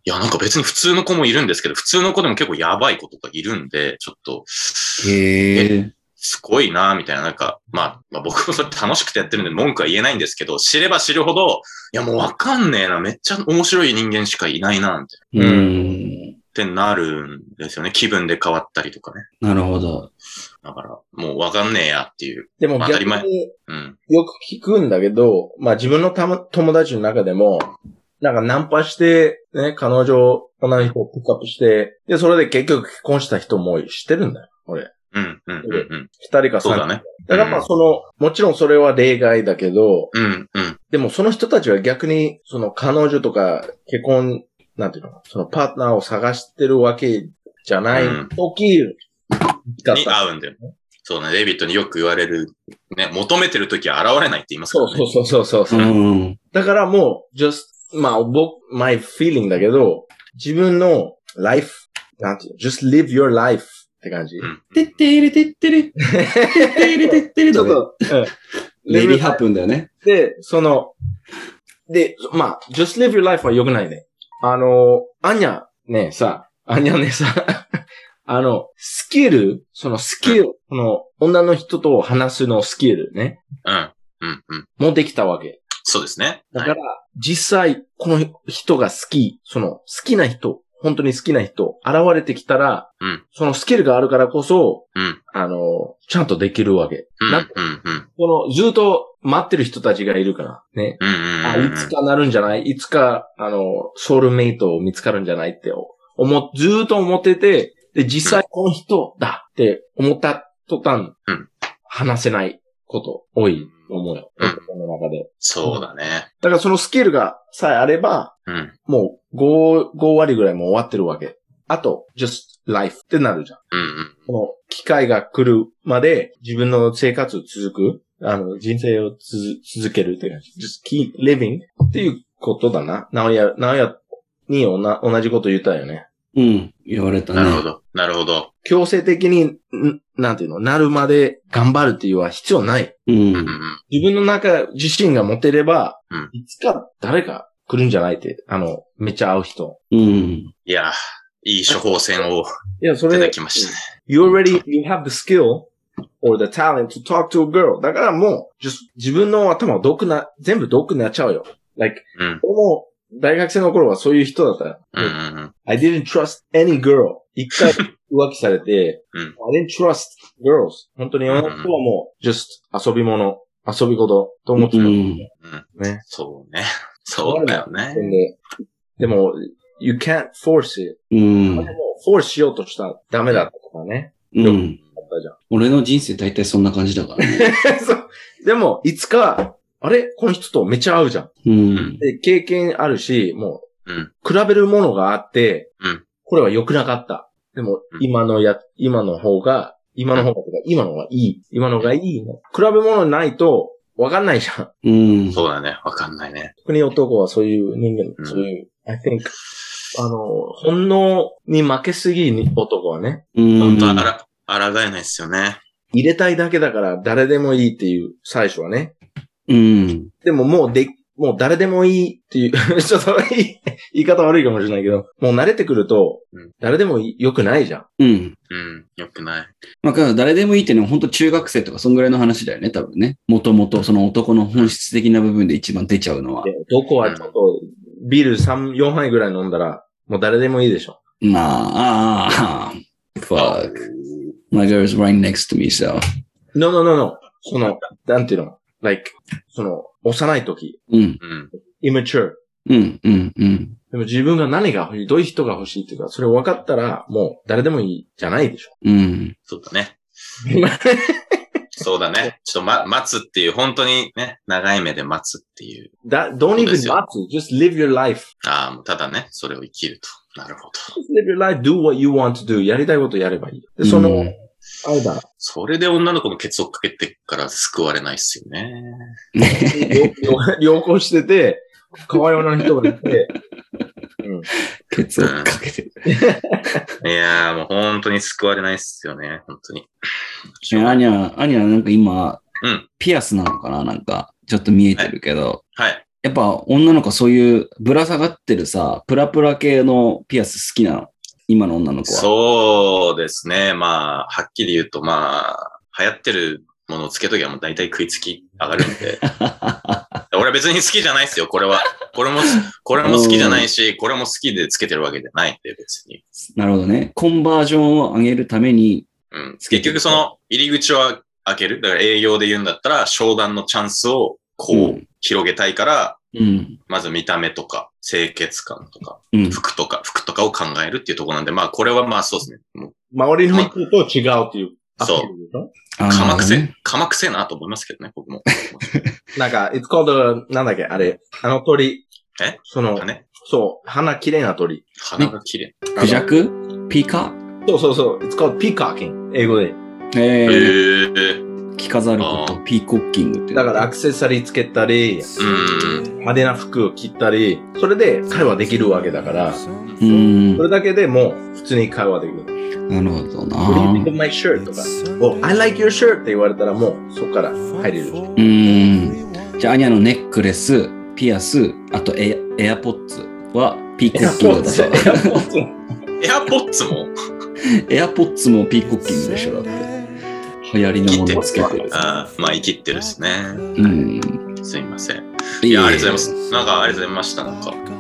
[SPEAKER 2] いや、なんか別に普通の子もいるんですけど、普通の子でも結構やばい子とかいるんで、ちょっと、
[SPEAKER 1] う。へえ。
[SPEAKER 2] すごいなみたいな、なんか、まあ、まあ、僕もそれ楽しくてやってるんで文句は言えないんですけど、知れば知るほど、いやもうわかんねえな、めっちゃ面白い人間しかいないな、みたいな。
[SPEAKER 1] う。
[SPEAKER 3] うん
[SPEAKER 2] ってなるんですよね。気分で変わったりとかね。
[SPEAKER 1] なるほど。
[SPEAKER 2] だから、もうわかんねえやっていう。
[SPEAKER 3] でも
[SPEAKER 2] まあ当た
[SPEAKER 3] 逆
[SPEAKER 2] り前
[SPEAKER 3] に
[SPEAKER 2] うん。
[SPEAKER 3] よく聞くんだけど、まあ自分のたま友達の中でも、なんかナンパして、ね、彼女、女の人をピックアップして、で、それで結局結婚した人も知ってるんだよ、俺。
[SPEAKER 2] うん、うん、うん、うん。
[SPEAKER 3] 二人か
[SPEAKER 2] そう
[SPEAKER 3] 三
[SPEAKER 2] だ
[SPEAKER 3] 人。
[SPEAKER 2] ね。
[SPEAKER 3] だからまあその、もちろんそれは例外だけど、
[SPEAKER 2] うん、うん。
[SPEAKER 3] でもその人たちは逆に、その彼女とか結婚、なんていうの、そのパートナーを探してるわけじゃない
[SPEAKER 2] うん
[SPEAKER 3] 時、だっ
[SPEAKER 2] に
[SPEAKER 3] た。
[SPEAKER 2] 合うんだよ。そうね、デイビットによく言われる、ね、求めてる時は現れないって言いますか
[SPEAKER 3] そ
[SPEAKER 2] ら
[SPEAKER 3] う
[SPEAKER 2] ね。
[SPEAKER 3] そうそうそうそうそうう、
[SPEAKER 1] ん。
[SPEAKER 3] だからもう、just, まあ、僕、my feeling だけど、自分の life, なんていうの just live your life って感じ。
[SPEAKER 2] うん
[SPEAKER 1] てってれてってれ。てってれてってれ
[SPEAKER 3] ち
[SPEAKER 1] と
[SPEAKER 3] ょっ
[SPEAKER 1] か。
[SPEAKER 3] と、うん
[SPEAKER 1] レディーハップンだよね。
[SPEAKER 3] で、その、で、まあ、just live your life は良くないね。あの、アニャね、さ、アニャね、さ、 あの、スキル、そのスキル、この女の人と話すのスキルね、
[SPEAKER 2] うん。うん。うん。
[SPEAKER 3] もうできたわけ。
[SPEAKER 2] そうですね。
[SPEAKER 3] だ
[SPEAKER 2] は
[SPEAKER 3] から、
[SPEAKER 2] い。
[SPEAKER 3] 実際、この人が好き、その、好きな人、本当に好きな人、現れてきたら、
[SPEAKER 2] うん
[SPEAKER 3] そのスキルがあるからこそ、
[SPEAKER 2] うん。
[SPEAKER 3] あの、ちゃんとできるわけ。
[SPEAKER 2] うん。う。
[SPEAKER 3] なん
[SPEAKER 2] うん。うん。
[SPEAKER 3] この、ずっと待ってる人たちがいるから、ね。
[SPEAKER 2] うんうんうん。
[SPEAKER 3] あ、いつかなるんじゃないいつか、あの、ソウルメイトを見つかるんじゃないって思っ、ずーっと思ってて、で、実際この人だって思った途端、
[SPEAKER 2] うん
[SPEAKER 3] 話せないこと多いと思うよ。
[SPEAKER 2] うん
[SPEAKER 3] 男の中で。
[SPEAKER 2] そうだね。
[SPEAKER 3] だからそのスキルがさえあれば、
[SPEAKER 2] うん。
[SPEAKER 3] もう5、5割ぐらいもう終わってるわけ。あと、just life ってなるじゃん。
[SPEAKER 2] うん。うん。
[SPEAKER 3] この機会が来るまで自分の生活を続く、あの、人生をつづ続けるっていうか、just keep living っていうことだな。なおや、なおやにおな同じこと言ったよね。
[SPEAKER 1] うん。言われた
[SPEAKER 2] なるほ
[SPEAKER 1] ね。
[SPEAKER 2] ど。なるほど。
[SPEAKER 3] 強制的に、んなんていうの、なるまで頑張るっていうのは必要ない。
[SPEAKER 1] う。
[SPEAKER 2] うんうんん。
[SPEAKER 3] 自分の中自身が持てれば、
[SPEAKER 2] うん
[SPEAKER 3] いつか誰か来るんじゃないって、あの、めっちゃ会う人。
[SPEAKER 1] うん。
[SPEAKER 2] いやー、いい処方箋を
[SPEAKER 3] いや、そ
[SPEAKER 2] い
[SPEAKER 3] れ、
[SPEAKER 2] ただきましたね。
[SPEAKER 3] You already you have the skill or the talent to talk to a girl. だからもう、just 自分の頭を毒な、全部毒になっちゃうよ。Like,
[SPEAKER 2] うん。
[SPEAKER 3] 俺も大学生の頃はそういう人だったよ。
[SPEAKER 2] うんうんうん。
[SPEAKER 3] I didn't trust any girl. 一回浮気されて、
[SPEAKER 2] うん
[SPEAKER 3] I didn't trust girls. 本当に女の子はもう、just 遊び物、遊び事と思って
[SPEAKER 1] う
[SPEAKER 3] た。
[SPEAKER 1] ん。
[SPEAKER 3] ね
[SPEAKER 2] そうね。そうだよね。
[SPEAKER 3] ででも、you can't force it.
[SPEAKER 1] うん。
[SPEAKER 3] force しようとしたらダメだったとかね。
[SPEAKER 1] うん。
[SPEAKER 3] あったじゃん
[SPEAKER 1] 俺の人生大体そんな感じだからね。
[SPEAKER 3] そう。でも、いつか、あれこの人とめちゃ合うじゃん。
[SPEAKER 1] うん。
[SPEAKER 3] で、経験あるし、も
[SPEAKER 2] うん。
[SPEAKER 3] う、比べるものがあって、
[SPEAKER 2] うん
[SPEAKER 3] これは良くなかった。でも
[SPEAKER 2] う、ん
[SPEAKER 3] 今のや、今の方が、今の方がとか、今の方がいい。今の方がいいの。比べ物ないと、わかんないじゃん。
[SPEAKER 1] うん。
[SPEAKER 2] そうだね。わかんないね。
[SPEAKER 3] 特に男はそういう人間、
[SPEAKER 2] うん
[SPEAKER 3] そういう、I think、あの、本能に負けすぎに男はね、
[SPEAKER 1] うん。
[SPEAKER 2] 本当あら、あらがえないですよね。
[SPEAKER 3] 入れたいだけだから誰でもいいっていう、最初はね。
[SPEAKER 1] うん。
[SPEAKER 3] でももうで、もう誰でもいいっていう、 ちょっといい言い方悪いかもしれないけど、もう慣れてくると
[SPEAKER 2] うん、
[SPEAKER 3] 誰でもいい良くないじゃん。
[SPEAKER 1] うん。
[SPEAKER 2] うん。よくない。
[SPEAKER 1] まあ、誰でもいいっていうのは本当中学生とかそんぐらいの話だよね、多分ね。もともとその男の本質的な部分で一番出ちゃうのは
[SPEAKER 3] で。男はちょっと、ビール3、4杯ぐらい飲んだら、もう誰でもいいでしょ。
[SPEAKER 1] まあ、ああ、fuck. My girl's right next to me, so.
[SPEAKER 3] no, no, no, no. その、なんていうの like, その、幼い時、
[SPEAKER 1] うん、
[SPEAKER 2] うん。
[SPEAKER 3] immature。
[SPEAKER 1] うん、うん、うん。
[SPEAKER 3] でも自分が何が欲しい、どういう人が欲しいっていうか、それ分かったら、もう誰でもいいじゃないでしょ。
[SPEAKER 1] うん、
[SPEAKER 2] そうだ ね。そうだね。ちょっとま、待つっていう、本当にね、長い目で待つっていう。
[SPEAKER 3] だ don't
[SPEAKER 2] そうで
[SPEAKER 3] even
[SPEAKER 2] す
[SPEAKER 3] match.
[SPEAKER 2] よ
[SPEAKER 3] Just live your life.
[SPEAKER 2] ああ、もうただね、それを生きると。なるほど。
[SPEAKER 3] Just live your life. Do what you want to do. やりたいことやればいい。で、その、
[SPEAKER 1] うん
[SPEAKER 3] あれだ。
[SPEAKER 2] それで女の子のケツをかけてから救われないっすよね。
[SPEAKER 3] 良好してて、可愛い女の人がいて、
[SPEAKER 1] ケツをかけてる。
[SPEAKER 2] いやー、もう本当に救われないっすよね。本当に。
[SPEAKER 1] えアニャ、アニャなんか今、
[SPEAKER 2] うん
[SPEAKER 1] ピアスなのかななんか、ちょっと見えてるけど。
[SPEAKER 2] はい。
[SPEAKER 1] やっぱ女の子そういうぶら下がってるさ、プラプラ系のピアス好きなの今の女の子は。
[SPEAKER 2] そうですね。まあ、はっきり言うと、まあ、流行ってるものをつけときはもう大体食いつき上がるん で。俺は別に好きじゃないっすよ、これは。これも、これも好きじゃないし、これも好きでつけてるわけじゃないんで、別に。
[SPEAKER 1] なるほどね。コンバージョンを上げるために、
[SPEAKER 2] うん。結局その入り口は開ける。だから営業で言うんだったら、商談のチャンスをこう広げたいから、
[SPEAKER 1] うん。
[SPEAKER 2] まず見た目とか、清潔感とか、
[SPEAKER 1] うん。
[SPEAKER 2] 服とか、服とかを考えるっていうところなんで、まあこれはまあそうですね。もう、
[SPEAKER 3] 周りの人と違うっていう。
[SPEAKER 2] そう
[SPEAKER 3] う。
[SPEAKER 1] あ
[SPEAKER 2] かまくせ、
[SPEAKER 1] なる
[SPEAKER 2] かまくせえなと思いますけどね、僕も。
[SPEAKER 3] なんか、it's called, a- なんだっけ、あれ、あの鳥。
[SPEAKER 2] え
[SPEAKER 3] その、
[SPEAKER 2] ね、
[SPEAKER 3] そう、鼻綺麗な鳥。
[SPEAKER 2] 鼻が綺麗。
[SPEAKER 1] ほどねクジャクピカ
[SPEAKER 3] そうそうそう、it's called peacocking, 英語で。
[SPEAKER 1] えー、
[SPEAKER 2] えー、
[SPEAKER 1] 着飾ること、ピーコッキングって。
[SPEAKER 3] だからアクセサリーつけたり、
[SPEAKER 2] うん。
[SPEAKER 3] 派手な服を着たり、それで会話できるわけだから、
[SPEAKER 1] うーん
[SPEAKER 3] そ。れだけでもう普通に会話できる。
[SPEAKER 1] なるほどな。
[SPEAKER 3] What do
[SPEAKER 1] う
[SPEAKER 3] you think of my shirt? とか、お、I like your shirt! って言われたらもうそこから入れる。
[SPEAKER 1] ーん。じゃあ、アニャのネックレス、ピアス、あとエエアポッツはピー コッキングだ
[SPEAKER 3] エ
[SPEAKER 1] ぞ。
[SPEAKER 3] アポッツ
[SPEAKER 2] エアポッツも
[SPEAKER 1] エアポッツもピーコッキングでしょ、だって。流行りのものをつけてる。
[SPEAKER 2] あーまあ、生きってるですね。
[SPEAKER 1] うん。
[SPEAKER 2] すいません。
[SPEAKER 1] い
[SPEAKER 2] いや、あ
[SPEAKER 1] え
[SPEAKER 2] りがとうございます。なんか、ありがとうございました。なんか、